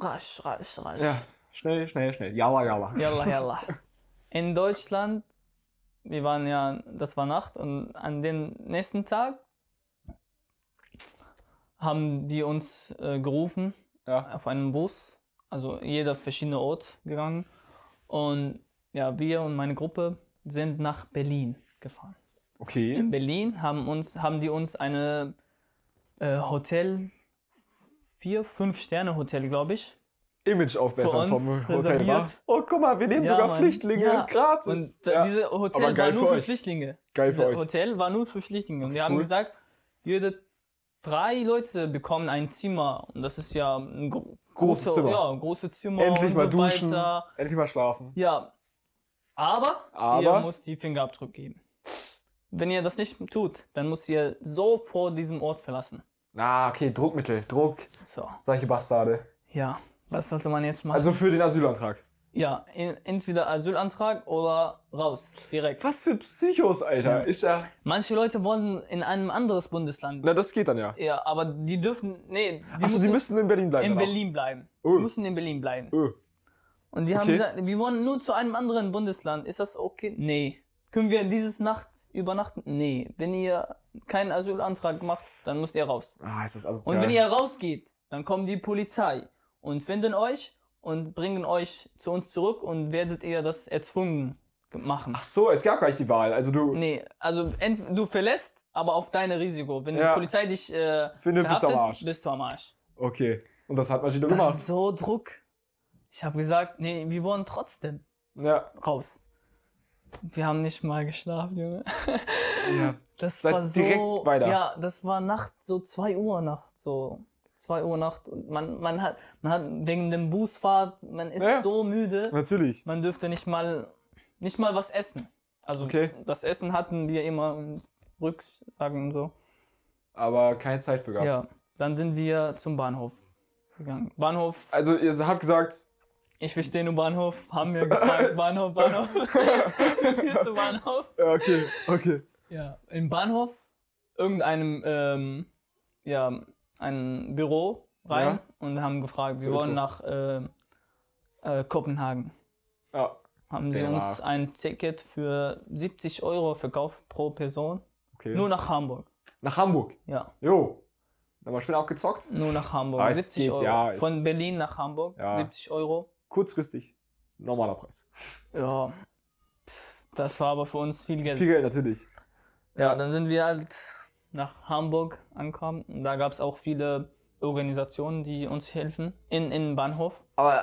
rasch, rasch, rasch. Ja, schnell, schnell, schnell. Jawa, jawa. Yalla, yalla. In Deutschland, wir waren ja, das war Nacht und an den nächsten Tag haben die uns äh, gerufen Ja. auf einem Bus, also jeder verschiedene Ort gegangen und ja, wir und meine Gruppe sind nach Berlin gefahren. Okay. In Berlin haben uns haben die uns eine äh, Hotel vier fünf Sterne Hotel, glaube ich, Image aufbessern Für vom uns Hotel. wa? reserviert. Oh, guck mal, wir nehmen Ja, sogar Mann. Flüchtlinge Ja. gratis. Und da- ja. dieses Aber Hotel geil war für nur für euch. Flüchtlinge. Geil für Dieses euch. Hotel war nur für Flüchtlinge. Und wir haben Cool. gesagt, jede drei Leute bekommen ein Zimmer. Und das ist ja ein gro Großes große, Zimmer. Ja, große Zimmer Endlich und mal so duschen, weiter. endlich mal schlafen. Ja. Aber, ihr Aber? müsst die Fingerabdruck geben. Wenn ihr das nicht tut, dann müsst ihr sofort diesen Ort verlassen. Na, okay, Druckmittel, Druck, So, solche Bastarde. ja. Was sollte man jetzt machen? Also für den Asylantrag. ja, en- entweder Asylantrag oder raus, direkt. Was für Psychos, Alter. Hm. Ist ja. Manche Leute wollen in einem anderes Bundesland Na, das geht dann ja. Ja, aber die dürfen. Nee, die Achso, Ne. sie müssen müssen in Berlin bleiben. in danach. Berlin bleiben. Oh. Die müssen in Berlin bleiben. Öh. Und die haben Okay. gesagt, wir wollen nur zu einem anderen Bundesland. Ist das okay? Nee. Können wir dieses Nacht übernachten? Nee. Wenn ihr keinen Asylantrag macht, dann müsst ihr raus. Ah, ist das asozial. Und wenn ihr rausgeht, dann kommen die Polizei und finden euch und bringen euch zu uns zurück und werdet ihr das erzwungen ge- machen. Ach so, es gab gar nicht die Wahl. Also du. Nee, also ent- du verlässt, aber auf deine Risiko. Wenn Ja. die Polizei dich äh, Findet, bist du am verhaftet, Arsch. bist du am Arsch. Okay. Und das hat Maschine Das gemacht. ist so Druck. Ich habe gesagt, nee, wir wollen trotzdem Ja. raus. Wir haben nicht mal geschlafen, Junge. ja. Das Seid war so. direkt weiter. Ja, das war Nacht, so 2 Uhr Nacht, so 2 Uhr Nacht. Und man, man hat, man hat wegen dem Busfahrt, man ist Ja. so müde, Natürlich. man dürfte nicht mal, nicht mal was essen. Also Okay. das Essen hatten wir immer im Rücksagen und so. Aber keine Zeit für gehabt. Ja, dann sind wir zum Bahnhof gegangen. Bahnhof, Also ihr habt gesagt, ich verstehe nur Bahnhof, haben wir gefragt, Bahnhof, Bahnhof. wir zum Bahnhof. ja, äh, okay, okay. Ja, im Bahnhof, irgendeinem, ähm, ja, ein Büro rein Ja. und haben gefragt, wir Zur wollen Info. nach ähm, äh, Kopenhagen. Ja, Haben sie Dänemark. uns ein Ticket für 70 Euro verkauft pro Person. okay. Nur nach Hamburg. nach Hamburg. Ja, Jo. Dann mal schön abgezockt. nur nach Hamburg. Ah, es 70 geht, Euro. ja, es- Von Berlin nach Hamburg, Ja. 70 Euro. Kurzfristig. Normaler Preis. Ja, pff, das war aber für uns viel Geld. Viel Geld natürlich. Also- Ja, dann sind wir halt nach Hamburg angekommen. Und da gab es auch viele Organisationen, die uns helfen. In, in den Bahnhof. Aber äh,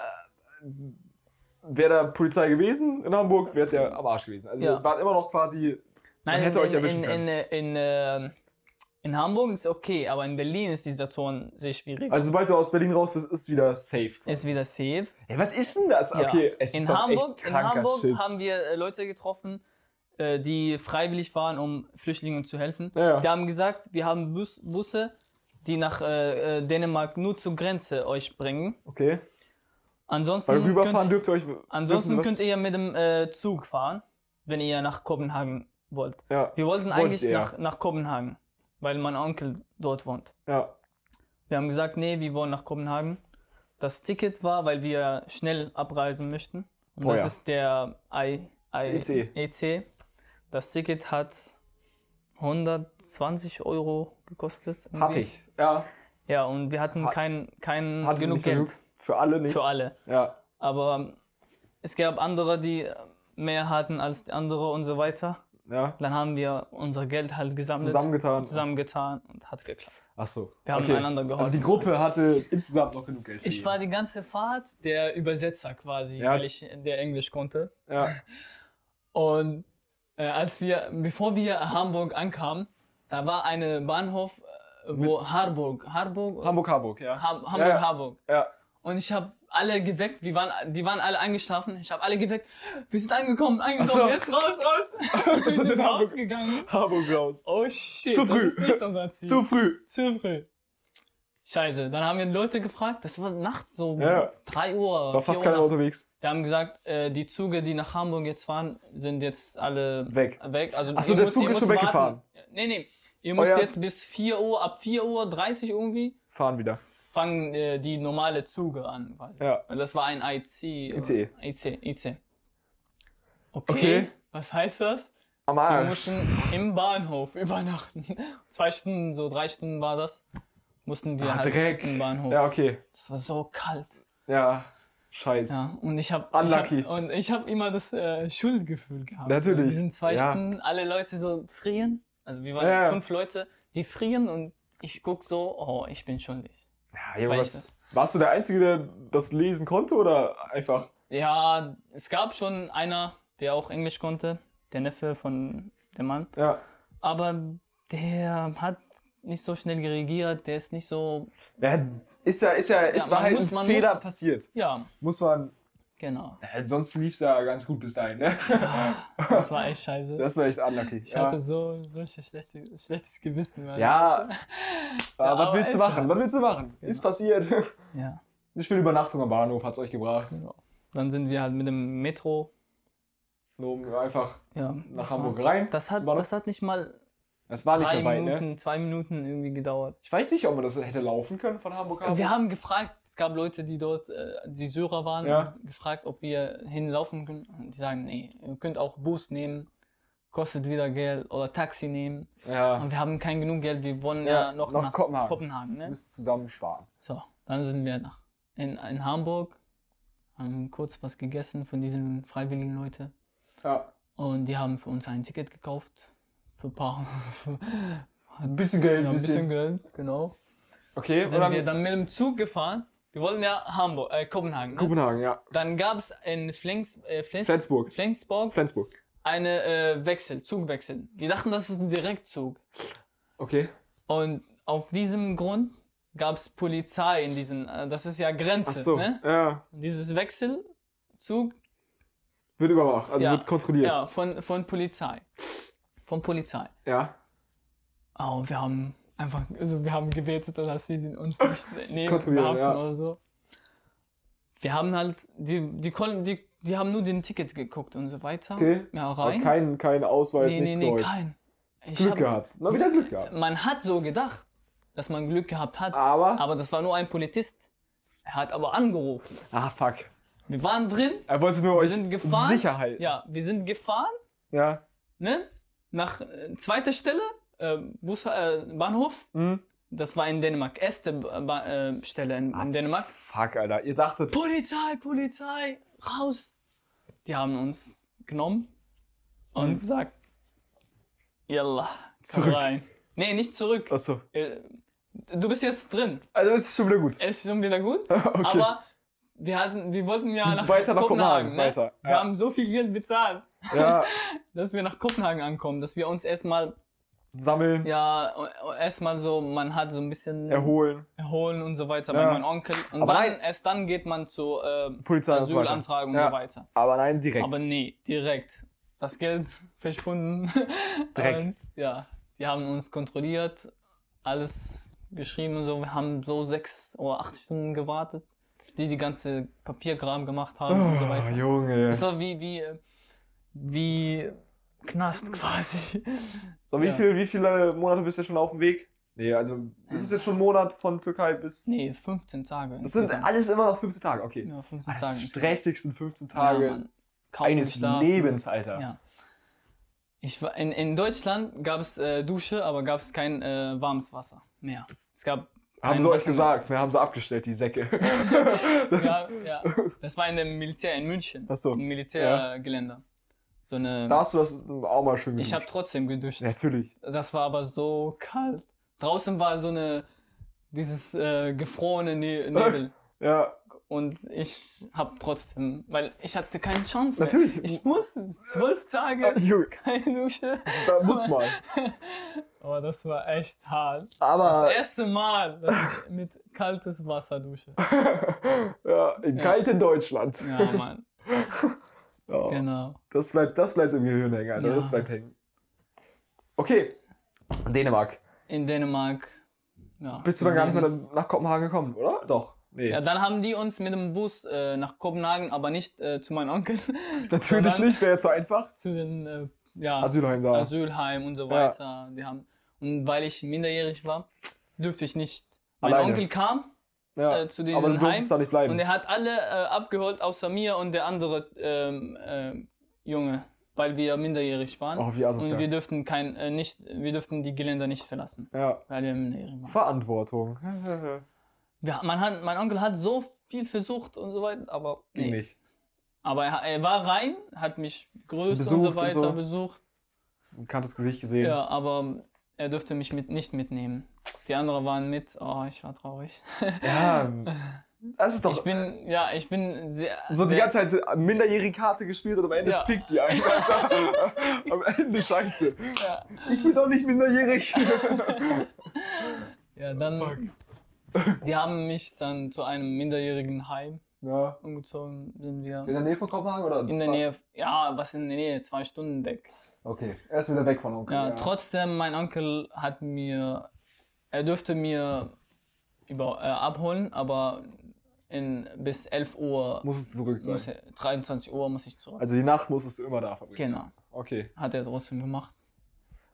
wäre da Polizei gewesen in Hamburg, wärt ihr am Arsch gewesen. Also Ja. ihr wart immer noch quasi. Nein, hätte in, euch erwischen in, in, in, in, äh, in Hamburg ist okay, aber in Berlin ist die Situation sehr schwierig. Also sobald du aus Berlin raus bist, ist wieder safe. ist wieder safe. Ey, was ist denn das? Okay, ja. es ist in, doch Hamburg, echt in kranker Hamburg Shit. haben wir äh, Leute getroffen, äh, die freiwillig waren, um Flüchtlingen zu helfen. Ja, ja. Wir haben gesagt, wir haben Bus, Busse, die nach äh, äh, Dänemark nur zur Grenze euch bringen. Okay. Ansonsten, Weil rüberfahren könnt, dürft ihr euch. ansonsten dürfen könnt ihr mit dem äh, Zug fahren, wenn ihr nach Kopenhagen wollt. wir- Ja, Wir wollten Wollt eigentlich ihr. nach, nach Kopenhagen, weil mein Onkel dort wohnt. ja. Wir haben gesagt, nee, wir wollen nach Kopenhagen. Das Ticket war, weil wir schnell abreisen möchten. Und Teuer. das ist der I, I, EC. EC. Das Ticket hat 120 Euro gekostet. irgendwie. Hab ich. Ja. Ja, und wir hatten Ha- kein, kein Hatte genug nicht Geld genug. Für alle nicht. für alle. Ja. Aber es gab andere, die mehr hatten als die andere und so weiter. Ja. Dann haben wir unser Geld halt gesammelt, Zusammengetan. zusammengetan und hat geklappt. Ach so. Wir haben einander geholfen. Also die Gruppe hatte insgesamt noch genug Geld. für Ich jeden. war die ganze Fahrt der Übersetzer quasi, Ja. weil ich der Englisch konnte. Ja. Und äh, als wir, bevor wir Hamburg ankamen, da war eine Bahnhof, äh, wo Harburg, Harburg, Hamburg, Hamburg, ja. Ham- Hamburg, ja. Harburg. ja. Und ich habe alle geweckt, die waren, die waren alle eingeschlafen. Ich habe alle geweckt, wir sind angekommen, angekommen, Ach so. jetzt raus, raus. wir sind sind in Hamburg. rausgegangen. Hamburg raus. Oh shit, Zu das früh. ist nicht unser Ziel. Zu früh. Zu früh. Scheiße, dann haben wir Leute gefragt, das war nachts so Ja. 3 Uhr. War 4 fast Uhr keiner nachts. unterwegs. Die haben gesagt, äh, die Züge, die nach Hamburg jetzt fahren, sind jetzt alle Weg. weg. Also Ach so, ihr der müsst- Zug ihr ist schon müsst weggefahren. Oh Warten. Nee, nee. Ihr müsst Euer- jetzt bis 4 Uhr, ab 4 Uhr 30 irgendwie, Fahren wieder. fangen äh, die normale Züge an. Quasi. Ja. Weil das war ein IC. äh, ICE. IC, IC. Okay. Okay. Ah. Was heißt das? Am Wir Arsch. mussten im Bahnhof übernachten. Zwei Stunden, so drei Stunden war das. Mussten wir Ah, halt Dreck. im Bahnhof. Ja, okay. Das war so kalt. Ja. Scheiß. Ja, und ich habe Unlucky. hab, und ich habe immer das äh, Schuldgefühl gehabt. Natürlich, In diesen zwei ja. Stunden alle Leute so frieren. Also wir waren Ja, ja. fünf Leute, die frieren und ich guck so, oh, ich bin schuldig. Ja, Junge, Weil was- warst du der Einzige, der das lesen konnte oder einfach? Ja, es gab schon einer, der auch Englisch konnte, der Neffe von dem Mann. Ja. Aber der hat nicht so schnell geregiert, der ist nicht so. ja ist ja, ist ja, es man war halt muss- ein man Fehler muss- passiert. Ja, Muss man. genau. Äh, sonst lief da ganz gut bis dahin, ne? Das war echt scheiße. Das war echt unlucky. Ich hatte so solche schlechte, schlechtes Gewissen. Mann. Ja, aber was aber willst du ist machen? halt. Was willst du machen? Ist passiert. ja. Nicht viel Übernachtung am Bahnhof hat's euch gebracht. So. Dann sind wir halt mit dem Metro Nur um einfach ja, nach Hamburg rein. Das hat, war, noch- das hat nicht mal das war nicht drei mehr weit, Minuten, ne? zwei Minuten irgendwie gedauert. Ich weiß nicht, ob man das hätte laufen können von Hamburg aus. Äh, Wir haben gefragt, es gab Leute, die dort, äh, die Syrer waren, Ja. und gefragt, ob wir hinlaufen können. Und die sagen, nee, ihr könnt auch Bus nehmen, kostet wieder Geld oder Taxi nehmen. Ja, Und wir haben kein genug Geld, wir wollen Ja, ja, noch, nach nach Kopenhagen. Kopenhagen. ne? müsst zusammen sparen. So, dann sind wir nach in, in Hamburg, haben kurz was gegessen von diesen freiwilligen Leuten. Ja. Und die haben für uns ein Ticket gekauft. Für ein paar. Ein bisschen Geld, ja, ein bisschen. Geld, genau. Okay, und Sind dann wir dann mit dem Zug gefahren. Wir wollten ja Hamburg, äh, Kopenhagen. Ne? Kopenhagen, ja. Dann gab es in Flens, äh, Flens, Flensburg. Flensburg Flensburg. eine äh, Wechsel, Zugwechsel. Die dachten, das ist ein Direktzug. Okay. Und auf diesem Grund gab es Polizei in diesen, äh, das ist ja Ach Grenze, so. ne? Ja. Dieses Wechselzug Wird überwacht, also Ja. wird kontrolliert. ja, von, von Polizei. Von Polizei. Ja. Ah, und wir haben einfach, also wir haben gebetet, dass sie den uns nicht nehmen Kontrollieren, behaften ja. oder so. Wir haben halt, die, die konnten, die, die haben nur den Ticket geguckt und so weiter. Okay. Ja, Aber rein. kein, kein Ausweis, nee, nee, nichts nee, Neues. kein. Ich Glück hab- gehabt. Mal wieder Glück gehabt. Man hat so gedacht, dass man Glück gehabt hat. Aber. Aber das war nur ein Polizist. Er hat aber angerufen. Ah, fuck. Wir waren drin, Er wollte nur wir euch sind gefahren. sicher halten. Ja, wir sind gefahren, Ja. ne? Nach äh, zweiter Stelle, äh, Bus, äh, Bahnhof. Hm? Das war in Dänemark, erste Ba- Ba- äh, Stelle in, in Dänemark. Fuck, Alter. Ihr dachtet. Polizei, Polizei, raus! Die haben uns genommen und gesagt, yalla, komm Mhm. Zurück. rein. Nee, nicht zurück. Achso. Äh, Du bist jetzt drin. Also, es ist schon wieder gut. Ist schon wieder gut. okay. Aber wir, hatten, wir wollten ja nach Weiter nach Kopenhagen, Kopenhagen. ne? weiter, Wir ja. haben so viel Geld bezahlt, ja, dass wir nach Kopenhagen ankommen, dass wir uns erstmal, sammeln, ja, erstmal so, man hat so ein bisschen erholen. erholen und so weiter Ja. bei meinem Onkel. Und Aber dann, nein. erst dann geht man zu äh, Polizei und so weiter. Asylantrag und Ja. so weiter. Aber nein, direkt. Aber nee, direkt. Das Geld verschwunden. Dreck. Und, ja, die haben uns kontrolliert, alles geschrieben und so. Wir haben so sechs oder acht Stunden gewartet, bis die die ganze Papierkram gemacht haben und so oh, weiter. Junge. Das war wie, wie, äh, wie Knast quasi. So, wie, ja. viel, wie viele Monate bist du schon auf dem Weg? Nee, also, es ist jetzt schon ein Monat von Türkei bis. Nee, 15 Tage. Das sind insgesamt. alles immer noch 15 Tage, okay. ja, 15 Ah, Das Tage. sind die stressigsten 15 Tage Ja, Mann. Kaum eines geschlafen. Lebens, Alter. Ja. Ich war, in, in Deutschland gab es äh, Dusche, aber gab es kein äh, warmes Wasser mehr. Es gab. Haben kein sie euch Wasser gesagt, ne? Haben sie abgestellt, die Säcke. mehr. Ja, ja. Das war in dem Militär in München. Ach so. Im Militärgeländer. So eine. da hast du das auch mal schön ich habe geduscht. trotzdem geduscht. Natürlich. Das war aber so kalt. Draußen war so eine. Dieses äh, gefrorene ne Nebel. Ja, Und ich habe trotzdem. Weil ich hatte keine Chance mehr. natürlich. Ich muss zwölf Tage Junge, keine Dusche. da muss man. Aber das war echt hart. Das Aber erste Mal, dass ich mit kaltes Wasser dusche. ja, im Ja. kalten Deutschland. Ja, Mann. Ja. Genau. Das bleibt, das bleibt im Gehirn hängen, Alter. Ja. Das bleibt hängen. Okay. Dänemark. In Dänemark. Ja. Bist du dann gar nicht mehr nach Kopenhagen gekommen, oder? Doch. Nee. Ja, dann haben die uns mit dem Bus äh, nach Kopenhagen, aber nicht äh, zu meinem Onkel, Natürlich sondern- nicht, wäre ja zu einfach. zu den äh, ja, Also, Asylheim da. Asylheim und so weiter. Die haben, und weil ich minderjährig war, dürfte ich nicht. Mein Alleine. Onkel kam ja. äh, zu diesem Aber du Heim durftest da nicht bleiben. und er hat alle äh, abgeholt, außer mir und der andere ähm, ähm, Junge, weil wir minderjährig waren. Oh, wie Und wir asozial. dürften kein, äh, nicht, wir dürften die Geländer nicht verlassen. Ja. Weil wir im Näheren waren. Verantwortung. Wir, man hat, mein Onkel hat so viel versucht und so weiter, aber Ging nee. nicht. Aber er, er war rein, hat mich gegrüßt und Besucht so und weiter, so. besucht. Bekanntes Gesicht gesehen. Ja, aber er dürfte mich mit, nicht mitnehmen. Die anderen waren mit. Oh, ich war traurig. Ja, ähm, das ist doch äh, Ich bin, ja, ich bin sehr. so die sehr, ganze Zeit minderjährige Karte gespielt und am Ende Ja. fickt die einen. Alter. am Ende scheiße. Ja, Ich bin doch nicht minderjährig. ja dann. Die haben mich dann zu einem minderjährigen Heim Ja. umgezogen, sind wir. In der Nähe von Kopenhagen oder? In der Nähe, ja, was in der Nähe, zwei Stunden weg. Okay, er ist wieder weg von Onkel. Ja, trotzdem, mein Onkel hat mir, er dürfte mir über, äh, abholen, aber in, bis 11 Uhr, Muss es zurück sein. muss, er- 23 Uhr muss ich zurück. Also die Nacht musstest du immer da verbringen. genau, Okay. hat er trotzdem gemacht.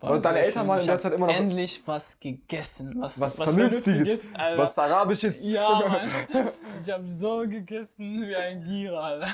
War Aber deine sehr Eltern schön. waren in Ich der hab Zeit immer noch- Endlich was gegessen, was, Was, Vernünftiges. Alter. was Arabisches. ja, Mann. Ich habe so gegessen wie ein Gier, Alter.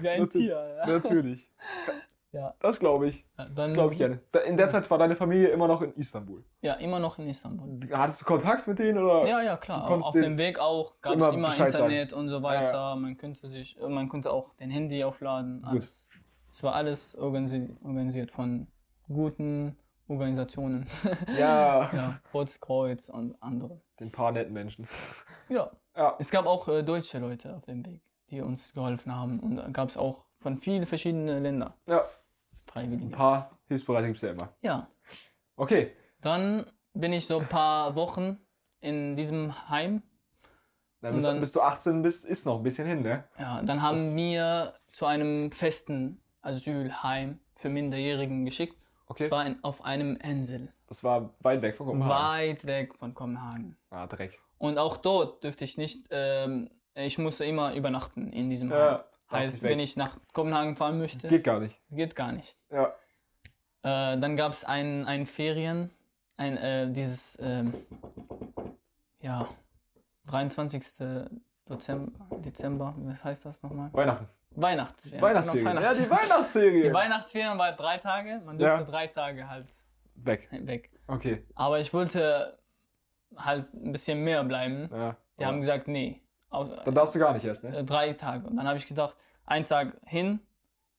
wie ein Tier, Alter. Natürlich. Ja. Mhm. Das glaube ich. Ja, Das Dann, glaube ich gerne. Da- In der Zeit war deine Familie immer noch in Istanbul. ja, immer noch in Istanbul. Hattest du Kontakt mit denen oder? Ja, ja, klar. Du Auf konntest auf denen dem Weg auch gab es immer immer Bescheid sagen. Internet und so weiter. Man könnte sich, äh, man konnte auch den Handy aufladen. Alles. Es war alles organisi organisiert von guten Organisationen. Ja. ja, Rotes Kreuz und anderen. Den paar netten Menschen. Ja. Ja. Es gab auch äh, deutsche Leute auf dem Weg, die uns geholfen haben. Und da gab es auch von vielen verschiedenen Ländern Ja. Ein Freiwillige. paar Hilfsbereite gibt es ja immer. Ja. Okay. Dann bin ich so ein paar Wochen in diesem Heim Dann Und bist, dann- bis du 18 bist, ist noch ein bisschen hin, ne? Ja, dann Das- haben wir zu einem festen Asylheim für Minderjährigen geschickt. Okay. Es war in, auf einem Insel. Das war weit weg von Kopenhagen. weit weg von Kopenhagen. Ah, Dreck. Und auch dort dürfte ich nicht, ähm, ich musste immer übernachten in diesem Heim. Ja, darfst Heißt, nicht weg. wenn ich nach Kopenhagen fahren möchte, Geht gar nicht. geht gar nicht. Ja. Äh, dann gab es ein, ein Ferien, ein, äh, dieses, ähm, ja, 23. Dezember, Dezember, was heißt das nochmal? Weihnachten. Weihnachtsferien. Weihnachtsferien. Genau, Ja, die Weihnachtsferien. Die Weihnachtsferien war drei Tage, man durfte Ja. drei Tage halt weg. weg. Okay. Aber ich wollte halt ein bisschen mehr bleiben. Ja. Die haben gesagt, nee, auf, Dann darfst du gar nicht erst, ne? äh, drei Tage. Und dann habe ich gedacht, ein Tag hin,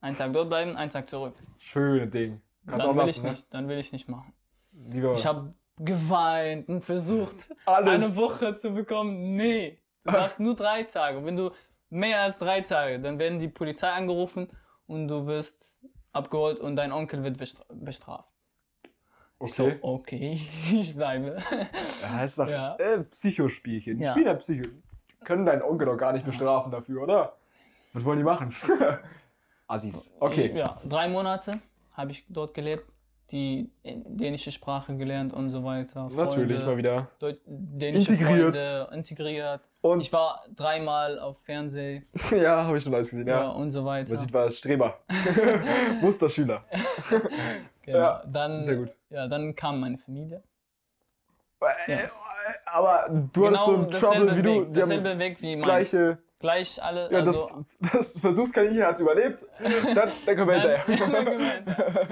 ein Tag dort bleiben, ein Tag zurück. Schöne Ding. Kannst dann auch will lassen, ich ne? nicht, dann will ich nicht machen. Lieber Ich habe geweint und versucht, alles. eine Woche zu bekommen. Nee, du hast nur drei Tage. Und Wenn du mehr als drei Tage, dann werden die Polizei angerufen und du wirst abgeholt und dein Onkel wird bestra- bestraft. Ich okay. So, okay, ich bleibe. Ja, ist doch Ja. äh, Psychospielchen. Die Ja. Spielen ja Psycho. Können deinen Onkel doch gar nicht bestrafen dafür, oder? Was wollen die machen? Assis. Ich, Okay. ja, drei Monate habe ich dort gelebt, die dänische Sprache gelernt und so weiter. Natürlich mal Freunde, wieder. Deut dänische Integriert. Freunde, integriert. Und Ich war dreimal auf Fernsehen ja, habe ich schon alles gesehen. ja. Ja. und so weiter. Man sieht, war es Streber. Musterschüler. genau. ja, dann, Sehr gut. Ja, dann kam meine Familie. Äh, äh, Aber du hattest so einen Trouble Genau dasselbe wie du. Weg, Die haben dasselbe Weg wie meins. gleiche. Gleich alle. Ja, also, das, das Versuchskaninchen hat es überlebt. Dann, dann kommen wir Dann- hinterher.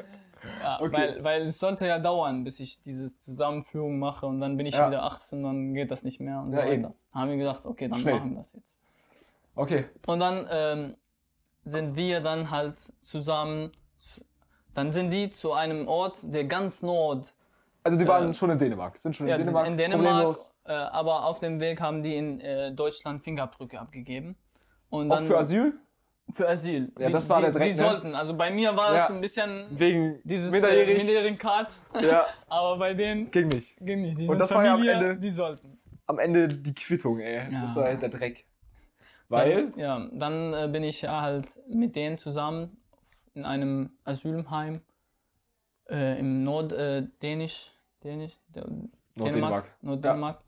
ja, Okay. weil, weil es sollte ja dauern, bis ich diese Zusammenführung mache und dann bin ich Ja. wieder 18, dann geht das nicht mehr und Ja, so weiter. eben. Haben wir gedacht, okay, dann Schnell. machen wir das jetzt. Okay. Und dann ähm, sind wir dann halt zusammen, zu- dann sind die zu einem Ort, der ganz Nord, Also die waren Äh, schon in Dänemark. Sind schon in ja, das ist Dänemark. in Dänemark, Problemlos. äh, aber auf dem Weg haben die in äh, Deutschland Fingerabdrücke abgegeben. Und Auch dann für Asyl? für Asyl. Ja, die, das war die, der Dreck, Die ne? sollten, also bei mir war Ja. es ein bisschen Wegen dieses minderjährig. äh, minderjährigen Card, Ja, aber bei denen ging nicht. ging nicht. Die Und sind das war ja am Familie, Ende- Die sollten. Am Ende die Quittung, ey. Ja. Das war halt der Dreck. Weil, Dann, ja, dann äh, bin ich ja halt mit denen zusammen in einem Asylheim äh, im Norddänisch, äh, Dänisch, Dänisch, Dä- Norddänemark. Norddänemark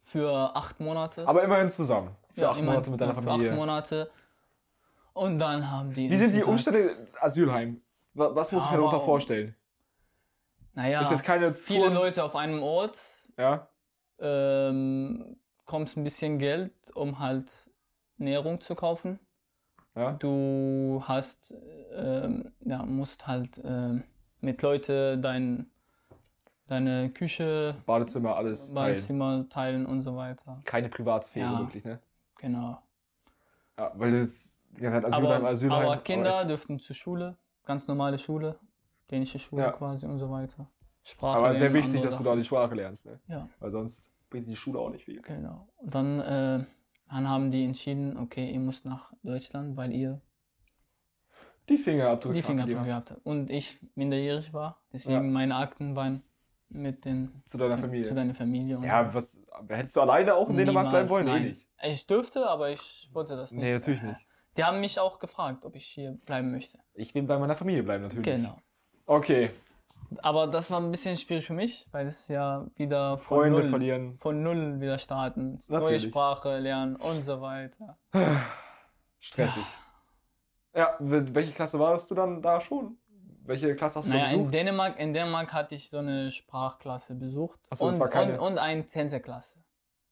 für acht Monate. aber immerhin zusammen. Für Ja, acht immerhin, Monate mit deiner ja, Für acht Familie. Monate. Und dann haben die. Wie sind die insgesamt- Umstände? Asylheim. Wa- Was muss ich mir Aber- darunter vorstellen? Naja, Ist jetzt keine viele Touren- Leute auf einem Ort. Ja. Ähm, kommst ein bisschen Geld, um halt Nährung zu kaufen. ja. du hast, ähm, ja, musst halt ähm, mit Leute dein, deine Küche, Badezimmer, alles teilen. Badezimmer teilen und so weiter. Keine Privatsphäre Ja. wirklich, ne? Genau. Ja, weil jetzt die ganze Zeit Asylheim, Aber, Also Asylheim. Oh, aber Kinder echt- dürften zur Schule, ganz normale Schule, dänische Schule Ja. quasi und so weiter. Sprache. aber sehr lernen, wichtig, andere dass du da Sachen. die Sprache lernst, ne? Ja. Weil sonst bringt die Schule auch nicht viel. Genau. Und dann, äh, dann haben die entschieden, okay, ihr müsst nach Deutschland, weil ihr Die Fingerabdrücke. die Fingerabdrücke abgegeben hast. gehabt habt. Und ich minderjährig war, deswegen meine Akten waren mit den Zu deiner Zu Familie. deiner Familie. Und Ja, was, hättest du alleine auch in Dänemark bleiben wollen? Niemals, Eh nein. nicht. Ich dürfte, aber ich wollte das nicht. Nee, natürlich nicht. Die haben mich auch gefragt, ob ich hier bleiben möchte. Ich will bei meiner Familie bleiben, natürlich. Genau. Okay, Aber das war ein bisschen schwierig für mich, weil es ja wieder von Freunde null, verlieren. von null wieder starten, neue Natürlich. Sprache lernen und so weiter. Stressig. Ja, wel- welche Klasse warst du dann da schon? Welche Klasse hast du Naja, dann in besucht? Dänemark, in Dänemark hatte ich so eine Sprachklasse besucht Ach so, das und, war keine- und, und eine 10. Klasse.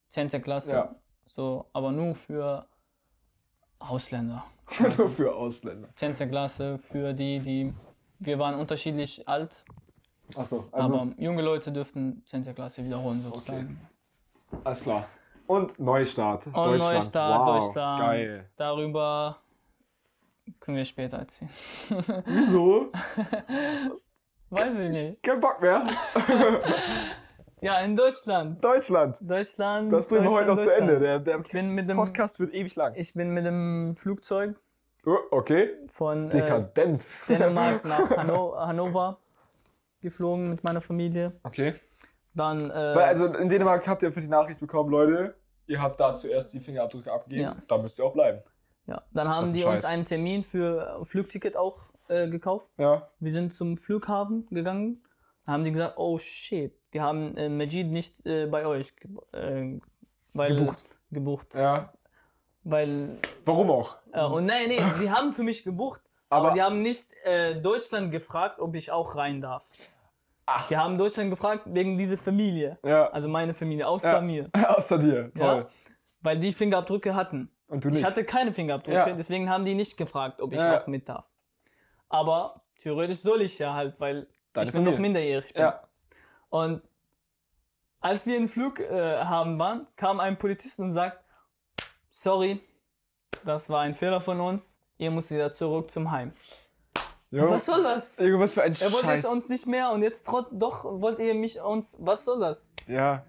10. Klasse, Ja. so, aber nur für Ausländer. Nur für Ausländer. 10. Klasse für die, die. Wir waren unterschiedlich alt, Achso, also aber ist- junge Leute dürften 10. Klasse wiederholen sozusagen. alles klar. Und Neustart. Und Deutschland. Oh, Neustart, wow, Deutschland. Geil. Darüber können wir später erzählen. Wieso? Weiß ich nicht. Kein Bock mehr. Ja, in Deutschland. Deutschland. Deutschland. Das bringen wir heute noch Deutschland, zu Ende. Deutschland. Der, der Ich bin mit dem, Podcast wird ewig lang. ich bin mit dem Flugzeug Oh, Okay. von äh, Dekadent. Dänemark nach Hanno Hannover geflogen mit meiner Familie. Okay. Dann. Äh, Weil also in Dänemark habt ihr für die Nachricht bekommen, Leute, ihr habt da zuerst die Fingerabdrücke abgegeben, Ja. da müsst ihr auch bleiben. ja, dann Das haben ist die ein uns Scheiß. einen Termin für Flugticket auch äh, gekauft. Ja. Wir sind zum Flughafen gegangen. Dann haben die gesagt, oh shit, wir haben äh, Majid nicht äh, bei euch ge äh, weil, Gebucht. gebucht. Ja. Weil, Warum auch? äh, und nein, nein, die haben für mich gebucht, aber, Mhm. Aber, die haben nicht äh, Deutschland gefragt, ob ich auch rein darf. Ach. Die haben Deutschland gefragt wegen dieser Familie, ja, also meine Familie, außer Ja. mir, außer dir. Also- Ja. Toll. weil die Fingerabdrücke hatten. Und du Ich nicht. hatte keine Fingerabdrücke, Ja. deswegen haben die nicht gefragt, ob ich Ja. auch mit darf. Aber theoretisch soll ich ja halt, weil Deine ich bin noch Familie. minderjährig bin. ja. Und als wir einen Flug äh, haben waren, kam ein Polizist und sagt, sorry, das war ein Fehler von uns, ihr müsst wieder zurück zum Heim. Jo. Was soll das? Junge, was für ein Er wollte Scheiß. jetzt uns nicht mehr und jetzt trot doch wollt ihr mich uns, was soll das? ja.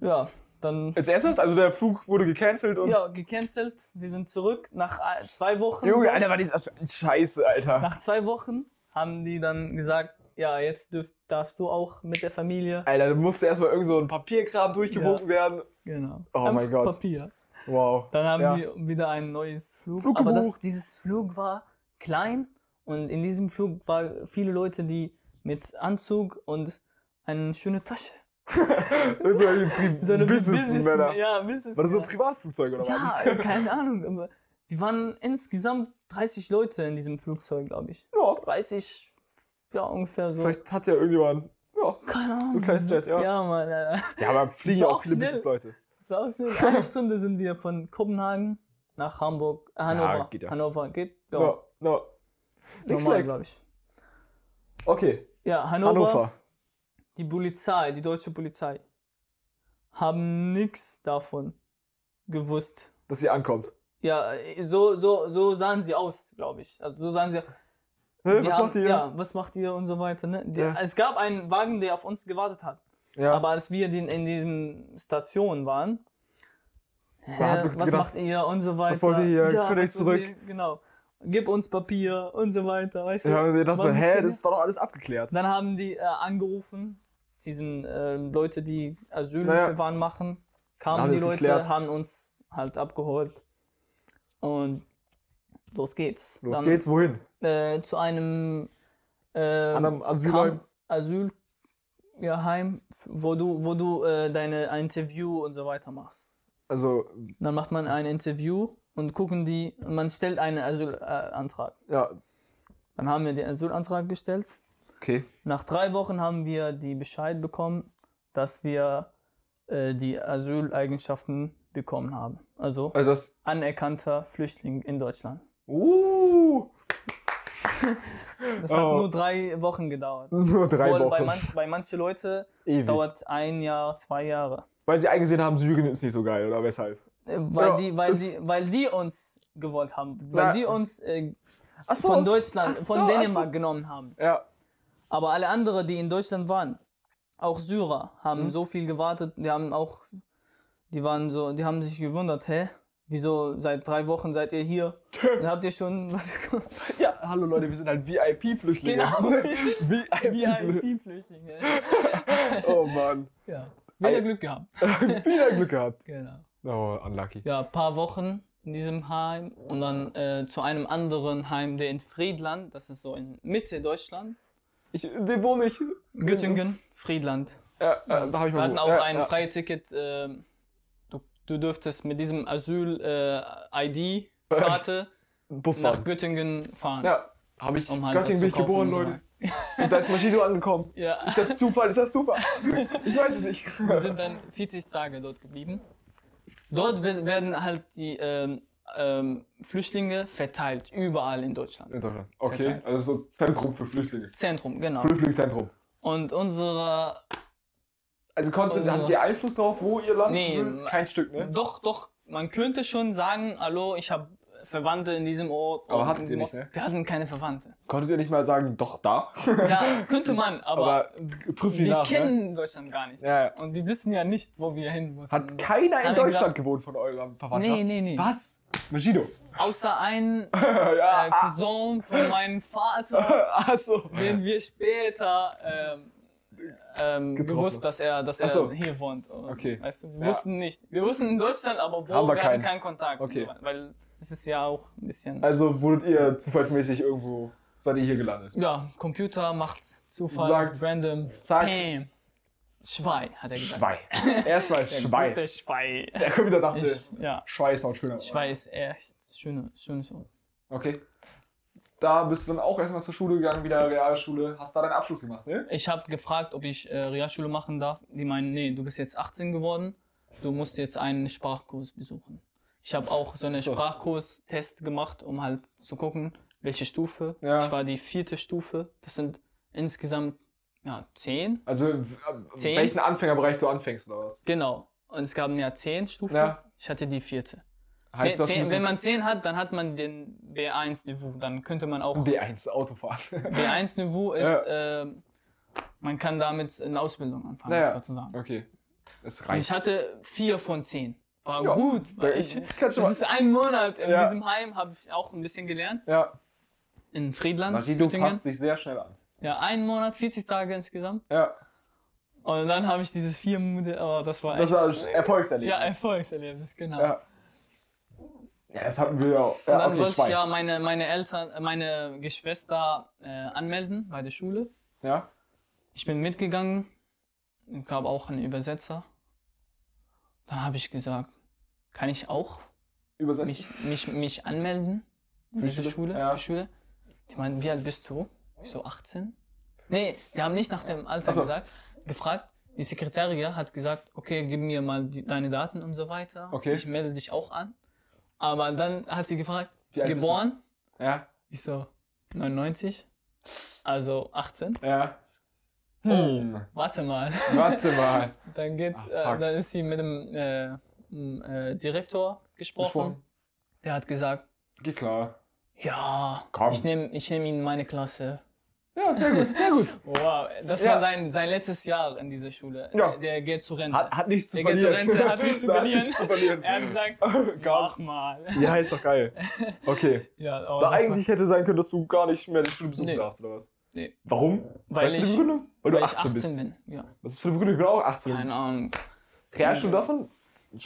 Ja, dann Jetzt erstens, also der Flug wurde gecancelt und. ja, gecancelt, wir sind zurück nach äh, zwei Wochen. so. Junge, Alter, war das für ein Scheiße, Alter. Nach zwei Wochen haben die dann gesagt, ja, jetzt dürf, darfst du auch mit der Familie. Alter, da musste erstmal irgend so ein Papierkram durchgewunken werden. Genau. Oh mein Einfach Gott. Papier. Wow. Dann haben Ja. die wieder ein neues Flug. Flug Aber das, gebucht. dieses Flug war klein und in diesem Flug waren viele Leute, die mit Anzug und eine schöne Tasche. Das ist ja irgendwie Pri So eine Businessmänner. Businessman- Ja, Business. War das so ein Privatflugzeug oder was? ja, keine Ahnung. Aber wir waren insgesamt 30 Leute in diesem Flugzeug, glaube ich. Ja. 30, ja, ungefähr so. Vielleicht hat ja irgendjemand. Ja. keine Ahnung. So ein kleines Jet, ja. Ja, Mann, Alter. Ja, aber fliegen ja war auch auch viele schnell. Businessleute. Das war auch schnell. Eine Stunde sind wir von Kopenhagen nach Hamburg, äh, Hannover. geht ja. Hannover geht, ja, Ja. Ja. Nichts normal, schlecht. glaube ich. Okay. Ja, Hannover, Hannover. die Polizei, die deutsche Polizei, haben nichts davon gewusst. Dass sie ankommt. Ja, äh, so, so, so sahen sie aus, glaube ich. Also so sahen sie. Hä, die was haben, macht ihr? Ja, was macht ihr und so weiter. Ne? Die, Ja. Es gab einen Wagen, der auf uns gewartet hat. Ja. Aber als wir den in diesem Station waren, Man hä, hat so was gedacht, macht ihr und so weiter. wollt ihr hier? Könnt ihr was zurück? wollt ihr? Genau. Gib uns Papier und so weiter, weißt Ja, du. und ich dachte War so, ein hä, bisschen- das war doch alles abgeklärt. Dann haben die äh, angerufen, diesen äh, Leute, die Naja. Asylverfahren machen, Dann kamen haben die sie es Leute, geklärt. haben uns halt abgeholt und los geht's. Los Dann, geht's, wohin? Äh, zu einem äh, An einem Asylheim. Kam- Asyl ja, Heim, f- wo du, wo du äh, deine ein Interview und so weiter machst. Also, Dann macht man ein Interview und gucken die, und man stellt einen Asylantrag. ja, Dann haben wir den Asylantrag gestellt. okay. Nach drei Wochen haben wir die Bescheid bekommen, dass wir äh, die Asyleigenschaften bekommen haben. Also Also das. anerkannter Flüchtling in Deutschland. Uh, Das Oh. hat nur drei Wochen gedauert. nur drei Obwohl Bei, Wochen. manch, bei manchen Leuten Ewig. dauert ein Jahr, zwei Jahre. Weil sie eingesehen haben, Syrien ist nicht so geil, oder weshalb? Äh, Weil, Ja, die, weil, es- die, weil die uns gewollt haben. Weil Na, die uns äh, Achso. von Deutschland, ach so, also von ach Dänemark so. genommen haben. Ja, Aber alle anderen, die in Deutschland waren, auch Syrer, haben Hm? so viel gewartet. Die haben auch, die waren so, die haben sich gewundert, hä? Wieso seit drei Wochen seid ihr hier? Und habt ihr schon was Ja, hallo Leute, wir sind halt VIP-Flüchtlinge. Genau. VIP. VIP-Flüchtlinge. oh Mann. Ja. Ei. Wieder Glück gehabt. Wieder Glück gehabt. Genau. Oh, unlucky. Ja, ein paar Wochen in diesem Heim und dann äh, zu einem anderen Heim, der in Friedland, das ist so in Mitte Deutschland. Ich, den wohne ich. Göttingen, Hm. Friedland. Ja, äh, da habe ich Wir mal hatten gewohnt. auch ja, ein ja. Freiticket. ähm, du, du dürftest mit diesem äh, Asyl-ID-Karte nach Busfahren. Göttingen fahren. Ja, habe ich. um halt was Göttingen zu bin ich kaufen geboren, und so Leute. Und da ist Machido angekommen. Ja. Ist das Zufall? Ist das Zufall? Ich weiß es nicht. Wir sind dann 40 Tage dort geblieben. Dort wer- werden halt die ähm, ähm, Flüchtlinge verteilt, überall in Deutschland. In Deutschland. Okay, also so Zentrum für Flüchtlinge. Zentrum, genau. Flüchtlingszentrum. Und unsere Also konnte, Also- hatten die Einfluss darauf, wo ihr landet? Nee, Kein Stück, ne? Doch, doch, man könnte schon sagen, hallo, ich habe Verwandte in diesem Ort. Aber und hattet in diesem ihr nicht, Ort. ne? Wir hatten keine Verwandte. Konntet ihr nicht mal sagen, doch da? Ja, könnte man, aber, Aber prüf die wir nach, ne? kennen Deutschland gar nicht. Ja, ja. Und wir wissen ja nicht, wo wir hin müssen. Hat keiner in Keiner Deutschland gewohnt von eurer Verwandtschaft? Nee, nee, nee. Was? Machido. Außer ein ja, äh, Cousin von meinem Vater, achso. den wir später ähm, ähm, Getroffen. gewusst, dass er, dass er Ach so. hier wohnt. Und, Okay. Weißt du, wir Ja. wussten nicht. Wir wussten in Deutschland, aber wo Haben wir wir hatten keinen. keinen Kontakt. Okay. Äh, Weil es ist ja auch ein bisschen. Also wurdet ihr zufallsmäßig irgendwo, seid ihr hier gelandet? Ja, Computer macht Zufall, Sagt- random. Zack, Hey. Schwei, hat er gesagt. Schwei. Erstmal Schwei. Der Schwei. Der Computer dachte, äh, Ich, ja, Schwei ist noch schöner. oder? Schwei ist echt schöne, schönes Wort. Okay. Da bist du dann auch erstmal zur Schule gegangen, wieder Realschule. Hast da deinen Abschluss gemacht, ne? Ich habe gefragt, ob ich äh, Realschule machen darf. Die meinen, nee, du bist jetzt 18 geworden, du musst jetzt einen Sprachkurs besuchen. Ich habe auch so einen So. Sprachkurs-Test gemacht, um halt zu gucken, welche Stufe. Ja. Ich war die vierte Stufe. Das sind insgesamt ja, zehn. Also, w- Zehn. welchen Anfängerbereich du anfängst oder was? Genau. Und es gab ja zehn Stufen. Ja. Ich hatte die vierte. Heißt das, nee, du zehn, musst wenn man zehn hat, dann hat man den B1-Niveau. Dann könnte man auch B1 Autofahren. B1-Niveau ist, Ja. ähm, man kann damit eine Ausbildung anfangen, Naja. sozusagen. Okay. Das Und reicht. ich hatte vier von zehn. War Ja, gut. da- War ich, kannst das du mal- ist ein Monat in Ja. diesem Heim, habe ich auch ein bisschen gelernt. Ja. In Friedland, Majido Göttingen. passt sich sehr schnell an. Ja, einen Monat, 40 Tage insgesamt. Ja. Und dann habe ich diese vier Monate, oh, das war Das echt, war ein Erfolgserlebnis. ja, Erfolgserlebnis, genau. Ja. Ja, das hatten wir ja auch. Und Ja, dann okay, wollte ich Schwein. ja meine, meine Eltern, äh, meine Geschwister äh, anmelden bei der Schule. ja. Ich bin mitgegangen, es gab auch einen Übersetzer. Dann habe ich gesagt, kann ich auch Übersetzt. mich, mich, mich anmelden für diese Schule? Schule? Ja. Für Schule? Die meinen, wie alt bist du? Ich so 18? Nee, die haben nicht nach dem Alter Ach so. gesagt, gefragt. Die Sekretärin hat gesagt, okay, gib mir mal die, deine Daten und so weiter. Okay. Ich melde dich auch an. Aber dann hat sie gefragt, Wie alt bist du? geboren? Ja. Ich so 99, also 18. Ja. Hm. Warte mal. Warte mal. Dann geht, Ah, äh, fuck. dann ist sie mit dem äh, m, äh, Direktor gesprochen. Gesprochen. Der hat gesagt, Geht klar. ja, Komm. ich nehme ich nehm ihn in meine Klasse. Ja, sehr gut, sehr gut. Wow, das Ja. war sein, sein letztes Jahr in dieser Schule. Ja. Der, der geht zur Rente. Hat, hat nichts zu Der geht zur verlieren. Rente, hat nichts zu Da verlieren. nichts zu verlieren. er hat gesagt, Komm. mach mal. Ja, ist doch geil. Okay. Ja, aber Da das eigentlich hätte sein können, dass du gar nicht mehr die Schule besuchen Nee. darfst, oder was? Nee. Warum? Weil weißt du ich- die Begründung? Weil, war, weil du ich 18 18 bist. bin. Ja, Was ist für eine Begründung? Ich bin auch 18. keine Ahnung. Realschule davon?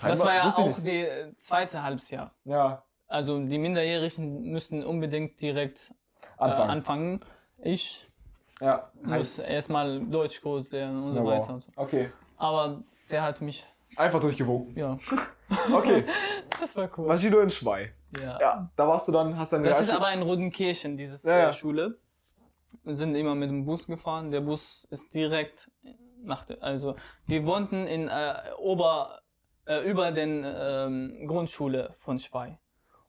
Das war ja wusste ich auch nicht. die das zweite Halbjahr. Ja, Also die Minderjährigen müssen unbedingt direkt äh, Anfang. anfangen. Ich ja. muss erstmal Deutschkurs lernen und Ja, so wow. weiter. Und so. Okay. Aber der hat mich, Einfach durchgewogen. ja, Okay. das war cool. Majido in Schwei. Ja. Ja, da warst du dann, hast deine Das ist Realschule- aber in Rodenkirchen, dieses Ja, ja. äh, Schule. Wir sind immer mit dem Bus gefahren. Der Bus ist direkt nach der, also wir wohnten in äh, Ober, äh, über den ähm, Grundschule von Schwei.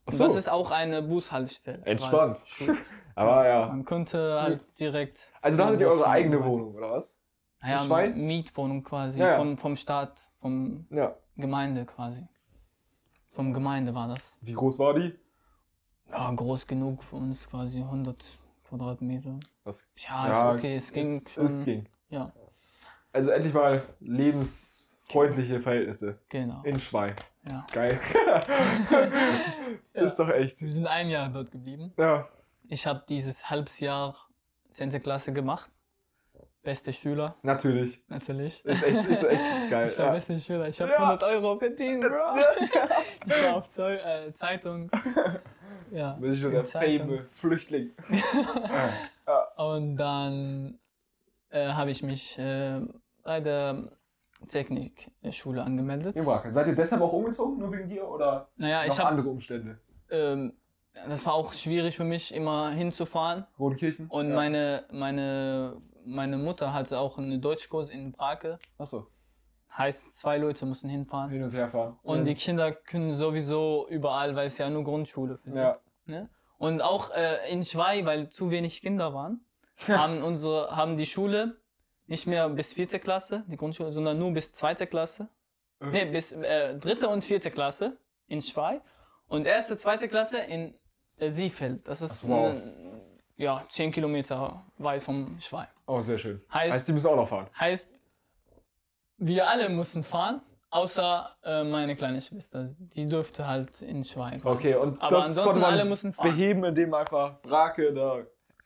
Ach Und so. das ist auch eine Bushaltestelle. quasi. Entspannt. aber ja. Man könnte halt direkt. Also da hattet ihr Bus eure fahren. eigene Wohnung, oder was? Naja, in Schwei? Mietwohnung quasi. Ja, ja. Vom, vom Staat, vom Ja. Gemeinde quasi. Vom Gemeinde war das. Wie groß war die? Ja, groß genug für uns quasi 100 Quadratmeter. Das Ja, Ah, ist okay, es ging es, schon. es ging. Ja, Also endlich mal lebensfreundliche Verhältnisse genau. in Schwei. Ja. Geil. Ist doch echt. Wir sind ein Jahr dort geblieben. Ja. Ich habe dieses Halbsjahr 10. Klasse gemacht. Beste Schüler, Natürlich. natürlich. Ist echt, ist echt geil. Ich war ja. beste Schüler. Ich habe Ja. 100 Euro verdient, Bro. Ich war auf Zeu äh, Zeitung. Ja. Bin ich schon in der fame Flüchtling. Und dann äh, habe ich mich äh, bei der Technikschule angemeldet. Imrake, seid ihr deshalb auch umgezogen, nur wegen dir oder Naja, noch ich habe andere Umstände? ähm, das war auch schwierig für mich, immer hinzufahren. Rodenkirchen? Und ja. meine, meine, meine Mutter hatte auch einen Deutschkurs in Brake. Achso, Heißt, zwei Leute mussten hinfahren. hin und her fahren. Und die Kinder können sowieso überall, weil es ja nur Grundschule für sie. Ja. Ne? Und auch äh, in Schwei, weil zu wenig Kinder waren, haben, unsere, haben die Schule nicht mehr bis vierte Klasse, die Grundschule, sondern nur bis zweite Klasse. Mhm. Ne, bis äh, dritte und vierte Klasse in Schwei. Und erste, zweite Klasse in äh, Seefeld. Das ist Ach, wow. äh, ja, zehn Kilometer weit vom Schwei. Oh, sehr schön. Heißt- heißt die müssen auch noch fahren. Heißt, wir alle mussten fahren, außer äh, meine kleine Schwester. Die dürfte halt in Schwein. fahren. Okay, und Aber das ansonsten konnte man alle mussten fahren. beheben, indem einfach Brake, da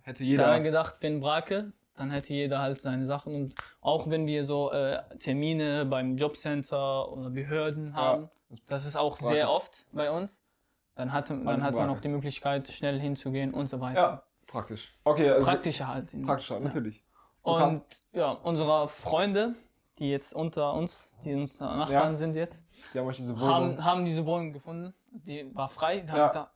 hätte Da jeder. haben wir gedacht, wenn Brake, dann hätte jeder halt seine Sachen. Und auch wenn wir so äh, Termine beim Jobcenter oder Behörden haben, das ist auch Brake. sehr oft bei uns, dann, hatte, dann Alles hat man Brake. auch die Möglichkeit, schnell hinzugehen und so weiter. ja, praktisch. Okay, also Praktischer halt. in- praktischer, ja. natürlich. Und ja, unserer Freunde, die jetzt unter uns, die uns Nachbarn Ja. sind jetzt, Die haben euch diese Wohnung. haben, haben diese Wohnung gefunden. Also Die war frei. Die haben Ja. gesagt,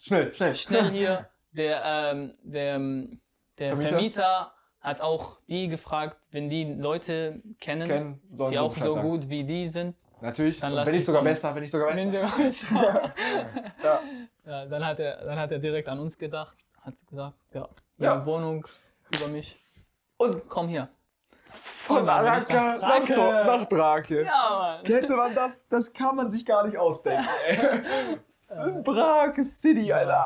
Schnell, schnell. schnell hier. Der, ähm, der, ähm, der Vermieter. Vermieter? hat auch die gefragt, wenn die Leute kennen, Kennen, sollen die sie auch Bescheid so sagen. gut wie die sind, Natürlich. Dann Und lass wenn die nicht sogar kommen. besser, wenn nicht sogar wenn besser. sie uns haben. Ja. ja, dann, hat er, dann hat er direkt an uns gedacht, hat gesagt, ja, Ja. ihre Wohnung über mich. Und komm hier. Von Komm, dann lass Alaska nach nach, Drake. Dor- nach Drake. Ja, Mann. Hätte man das, das kann man sich gar nicht ausdenken. ey. Brake City, Alter.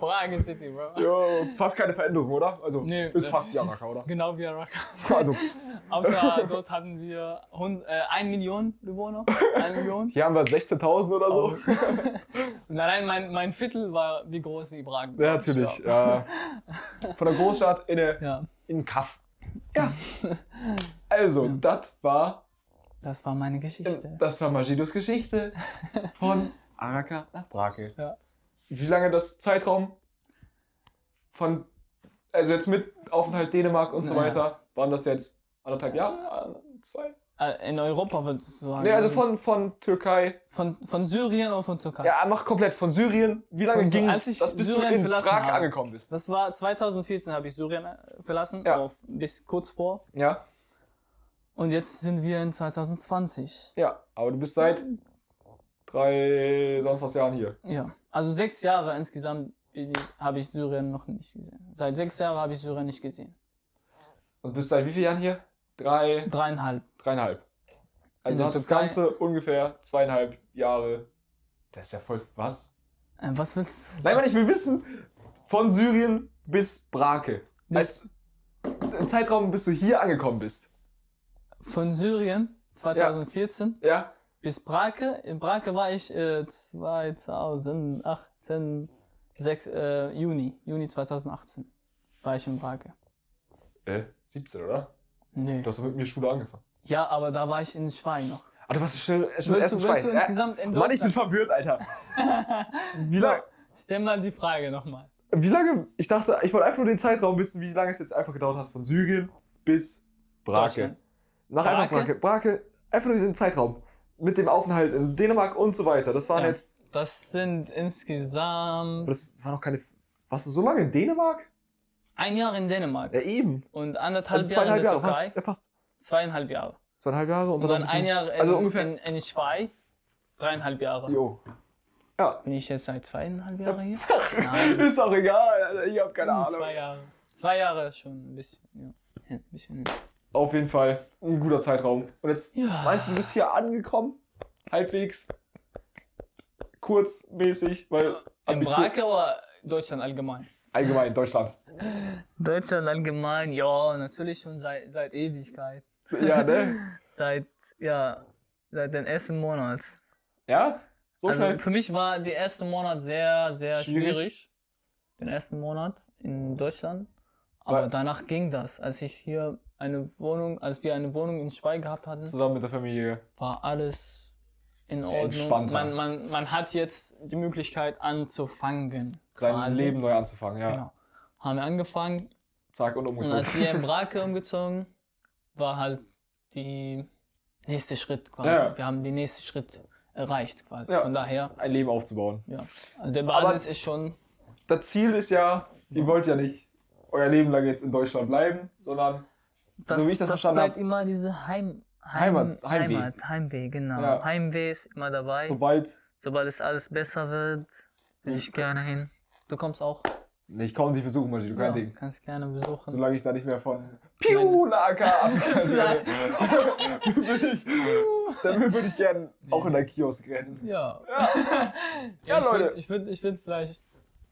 Frage City, Bro. Jo, fast keine Veränderung, oder? Also, Nee, ist äh, fast Janaka, oder? Genau wie Araka. Also, Außer dort hatten wir 100, äh, 1 Million Bewohner. 1 Million. hier haben wir 16.000 oder so. Und allein mein, mein Viertel war wie groß wie Bragen. Ja, natürlich. Ja. Ja. Von der Großstadt in, eine, Ja, in den Kaff. Ja. Also, das war, das war meine Geschichte. das war Magidos Geschichte von Araka nach Brake. Ja. Wie lange das Zeitraum von, also jetzt mit Aufenthalt Dänemark und so Naja. weiter, waren das jetzt anderthalb Jahre? Zwei? Äh, In Europa würdest du sagen. Ne, also von, von Türkei. von, von Syrien und von Türkei. Ja, mach komplett von Syrien. Wie lange Von so- ging als ich das, bis Syrien du in verlassen Prag habe. angekommen bist? Das war 2014 habe ich Syrien äh, verlassen, Ja. auf, bis kurz vor. Ja, Und jetzt sind wir in 2020. ja. Aber du bist seit drei, sonst was Jahren hier. Ja. Also sechs Jahre insgesamt bin ich- habe ich Syrien noch nicht gesehen. Seit sechs Jahren habe ich Syrien nicht gesehen. Und bist seit wie vielen Jahren hier? Drei, Dreieinhalb. dreieinhalb. In Also der hast das Türkei- Ganze ungefähr zweieinhalb Jahre. Das ist ja voll. Was? Äh, was willst du? Nein, Mann, ich will wissen, von Syrien bis Brake. Als Bis- im Zeitraum, bis du hier angekommen bist. Von Syrien 2014 Ja? bis Brake. In Brake war ich äh, 2018, 6, äh, Juni, Juni 2018 war ich in Brake. Äh, 17, oder? Nee. Du hast doch mit mir Schule angefangen. Ja, aber da war ich in Schwein noch. Ah, du warst schon, schon erst Willst ein du, willst du Schwein. Äh, insgesamt in Mann, ich bin Deutschland? verwirrt, Alter. Wie lange? Stell mal die Frage nochmal. Wie lange? Ich dachte, ich wollte einfach nur den Zeitraum wissen, wie lange es jetzt einfach gedauert hat von Syrien bis Brake. Deutschland. Mach einfach Brake? Brake. Brake, einfach nur den Zeitraum. Mit dem Aufenthalt in Dänemark und so weiter. Das waren Ja. jetzt. Das sind insgesamt aber Das waren noch keine. Warst du so lange in Dänemark? ein Jahr in Dänemark Ja, eben. und anderthalb Äh, Also Jahre in zweieinhalb der Jahre. Türkei. Passt. Ja, passt. Zweieinhalb Jahre. Zweieinhalb Jahre und, Und dann ein bisschen- Jahr in, also ungefähr. in, in Schwein. Dreieinhalb Jahre. Jo. Bin ich jetzt seit zweieinhalb Jahren hier? Ist auch egal, Alter, ich hab keine Ahnung. Hm, Zwei Jahre. Zwei Jahre ist schon ein bisschen. Ja. Ein bisschen. Auf jeden Fall ein guter Zeitraum. Und jetzt Ja. meinst du, du bist hier angekommen? Halbwegs. Kurzmäßig, weil. In Abitur- Brake oder Deutschland allgemein? Allgemein, Deutschland. Deutschland allgemein, ja, natürlich schon seit, seit Ewigkeit. Ja, ne? Seit, ja, seit den ersten Monat. Ja? So Also schnell. für mich war der erste Monat sehr, sehr schwierig. Schwierig. Den ersten Monat in Deutschland. Aber Weil- danach ging das. Als ich hier eine Wohnung, als wir eine Wohnung in Schweig gehabt hatten, Zusammen mit der Familie. war alles in Ordnung. Entspannter. Man, man, man hat jetzt die Möglichkeit anzufangen. Sein quasi. Leben neu anzufangen, ja. Genau. Haben wir angefangen. Zack und um Und umgezogen. als wir in Brake umgezogen, war halt die nächste Schritt quasi. Ja. Wir haben den nächsten Schritt erreicht quasi. Ja. Von daher, Ein Leben aufzubauen. ja. Also der Aber- Basis ist schon Das Ziel ist ja, ihr wollt ja nicht euer Leben lang jetzt in Deutschland bleiben, sondern Das, So wie ich das das verstanden bleibt hab. immer diese Heim, Heim, Heimat- Heimweh. Heimat, Heimweh, genau. Ja. Heimweh ist immer dabei. sobald. Sobald es alles besser wird, will ich gerne hin. Du kommst auch. Nee, ich komme dich besuchen, Magie, kein Ding. kannst gerne besuchen. Solange ich da nicht mehr von Piu-Laka Nein. Damit würde ich gerne auch in der Kiosk rennen. Ja. Ja, ich würd- Leute. Ich würde ich würd vielleicht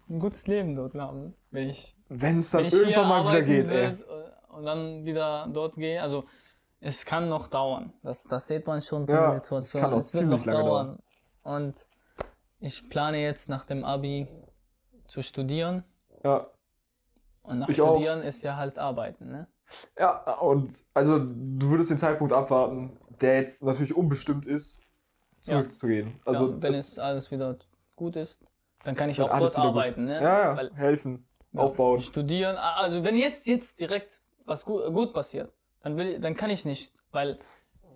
ein gutes Leben dort haben, wenn ich, Wenn es wenn dann ich irgendwann mal wieder arbeiten geht, ey. würd und- Und dann wieder dort gehe. Also, es kann noch dauern. Das, das sieht man schon von Ja, der Situation. es kann auch wird ziemlich lange dauern. Und ich plane jetzt nach dem Abi zu studieren. Ja. Und nach Ich auch. Studieren ist ja halt Arbeiten, ne? Ja, und also du würdest den Zeitpunkt abwarten, der jetzt natürlich unbestimmt ist, zurückzugehen. Also ja, wenn es- es alles wieder gut ist, dann kann ich wenn auch alles dort wieder gut- arbeiten, ne? Ja, ja Weil, helfen, ja, Ah, aufbauen. Studieren, a- also wenn jetzt, jetzt direkt was gut, gut passiert, dann, will, dann kann ich nicht, weil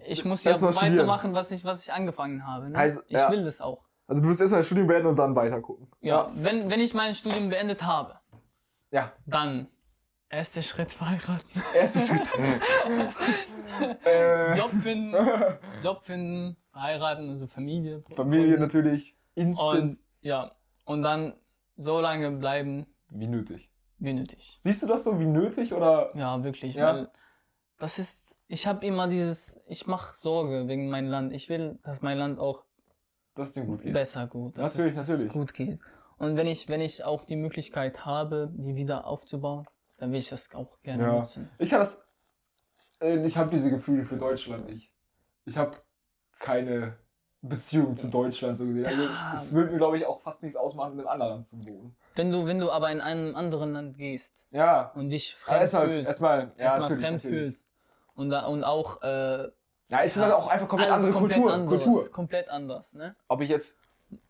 ich muss ja Erst mal studieren. weitermachen, was ich, was ich angefangen habe. Ne? Heißt, ich ja. will das auch. Also du wirst erstmal das Studium beenden und dann weiter gucken. Ja, wenn, wenn ich mein Studium beendet habe, Ja, dann erster Schritt verheiraten. erster Schritt. äh, Job finden, Job finden, verheiraten, also Familie. Äh, Familie Freunde. natürlich instant Und ja, und dann so lange bleiben wie nötig. wie nötig. Siehst du das so wie nötig oder? Ja, wirklich, Ja. weil das ist, ich habe immer dieses, ich mache Sorge wegen meinem Land. Ich will, dass mein Land auch Dass es dem gut geht. besser gut, dass Natürlich, es, dass natürlich. es gut geht. Und wenn ich, wenn ich auch die Möglichkeit habe, die wieder aufzubauen, dann will ich das auch gerne Ja. nutzen. Ich kann das. äh, Ich habe diese Gefühle für Deutschland nicht. Ich habe keine Beziehung zu Deutschland so gesehen. Also, Ja. es würde mir, glaube ich, auch fast nichts ausmachen, in einem anderen Land zu wohnen. Wenn du, wenn du aber in einem anderen Land gehst Ja. und dich Aber fremd erstmal, fühlst, erstmal, ja, erstmal natürlich, fremd natürlich. fühlst und, da, und auch äh, Ja, es ist halt auch einfach komplett alles andere Kultur. anderes, Kultur. komplett anders, ne? Ob ich jetzt.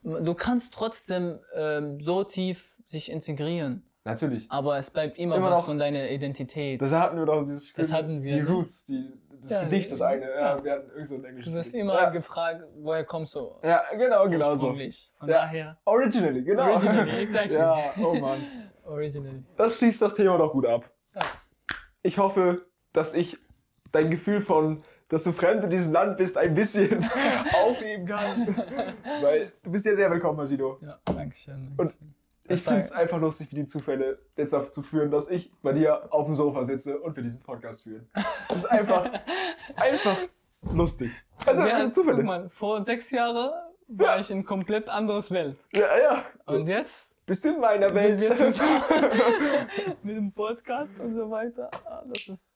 Du kannst trotzdem ähm, so tief sich integrieren, Natürlich. aber es bleibt immer, Immer was noch- von deiner Identität. Das hatten wir doch dieses Das hatten wir, Die ne? Roots, die, das Ja, Gedicht, das ja. eine. Ja, wir hatten irgend so ein du englisches wirst Gedicht. immer ja. gefragt, woher kommst du? ja, genau, genau so. ursprünglich. Von Ja. daher. Originally, genau. Originally, exactly. Ja, oh Mann. Originally. Das schließt das Thema doch gut ab. Ja. Ich hoffe, dass ich dein Gefühl von, dass du fremd in diesem Land bist, ein bisschen aufheben kann. Weil du bist ja sehr willkommen, Majido. Ja, danke schön. Und- Ich Das war- finde es einfach lustig, wie die Zufälle jetzt dazu führen, dass ich bei dir auf dem Sofa sitze und wir diesen Podcast führen. Das ist einfach, einfach lustig. Also, ja, guck Zufälle. mal, vor sechs Jahren war Ja. ich in komplett anderes Welt. Ja, ja. Und jetzt Bist du in meiner sind Welt? wir zusammen mit dem Podcast und so weiter. Ah, Das ist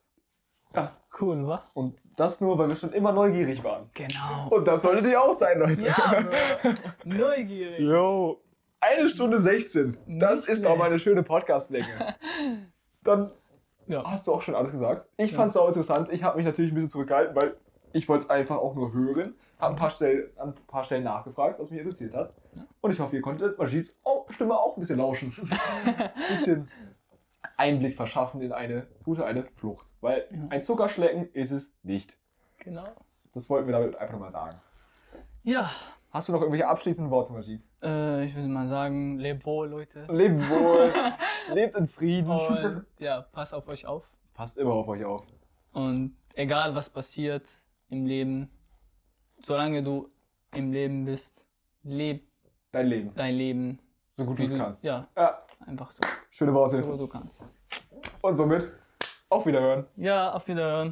Ja. cool, wa? Und das nur, weil wir schon immer neugierig waren. Genau. Und das solltet ihr auch sein, Leute. Ja, also, neugierig. Jo. Eine Stunde 16. Das Nicht ist auch mal schlecht. eine schöne Podcast-Länge. Dann Ja. hast du auch schon alles gesagt. Ich fand's auch interessant. Ich habe mich natürlich ein bisschen zurückgehalten, weil ich wollte es einfach auch nur hören. Hab ein paar Stellen, an ein paar Stellen nachgefragt, was mich interessiert hat. Und ich hoffe, ihr konntet Majids auch, Stimme auch ein bisschen lauschen. ein bisschen Einblick verschaffen in eine gute eine Flucht. Weil Ja. ein Zuckerschlecken ist es nicht. Genau. Das wollten wir damit einfach mal sagen. Ja, Hast du noch irgendwelche abschließenden Worte, Majid? äh, ich würde mal sagen, lebt wohl, Leute. Lebt wohl. lebt in Frieden. Und ja, passt auf euch auf. Passt immer auf euch auf. Und egal was passiert im Leben, solange du im Leben bist, leb Dein Leben. dein Leben. So gut du wie es du- kannst. ja. ja. Einfach so, Schöne so Worte. du kannst. Und somit auf Wiederhören. Ja, auf Wiederhören.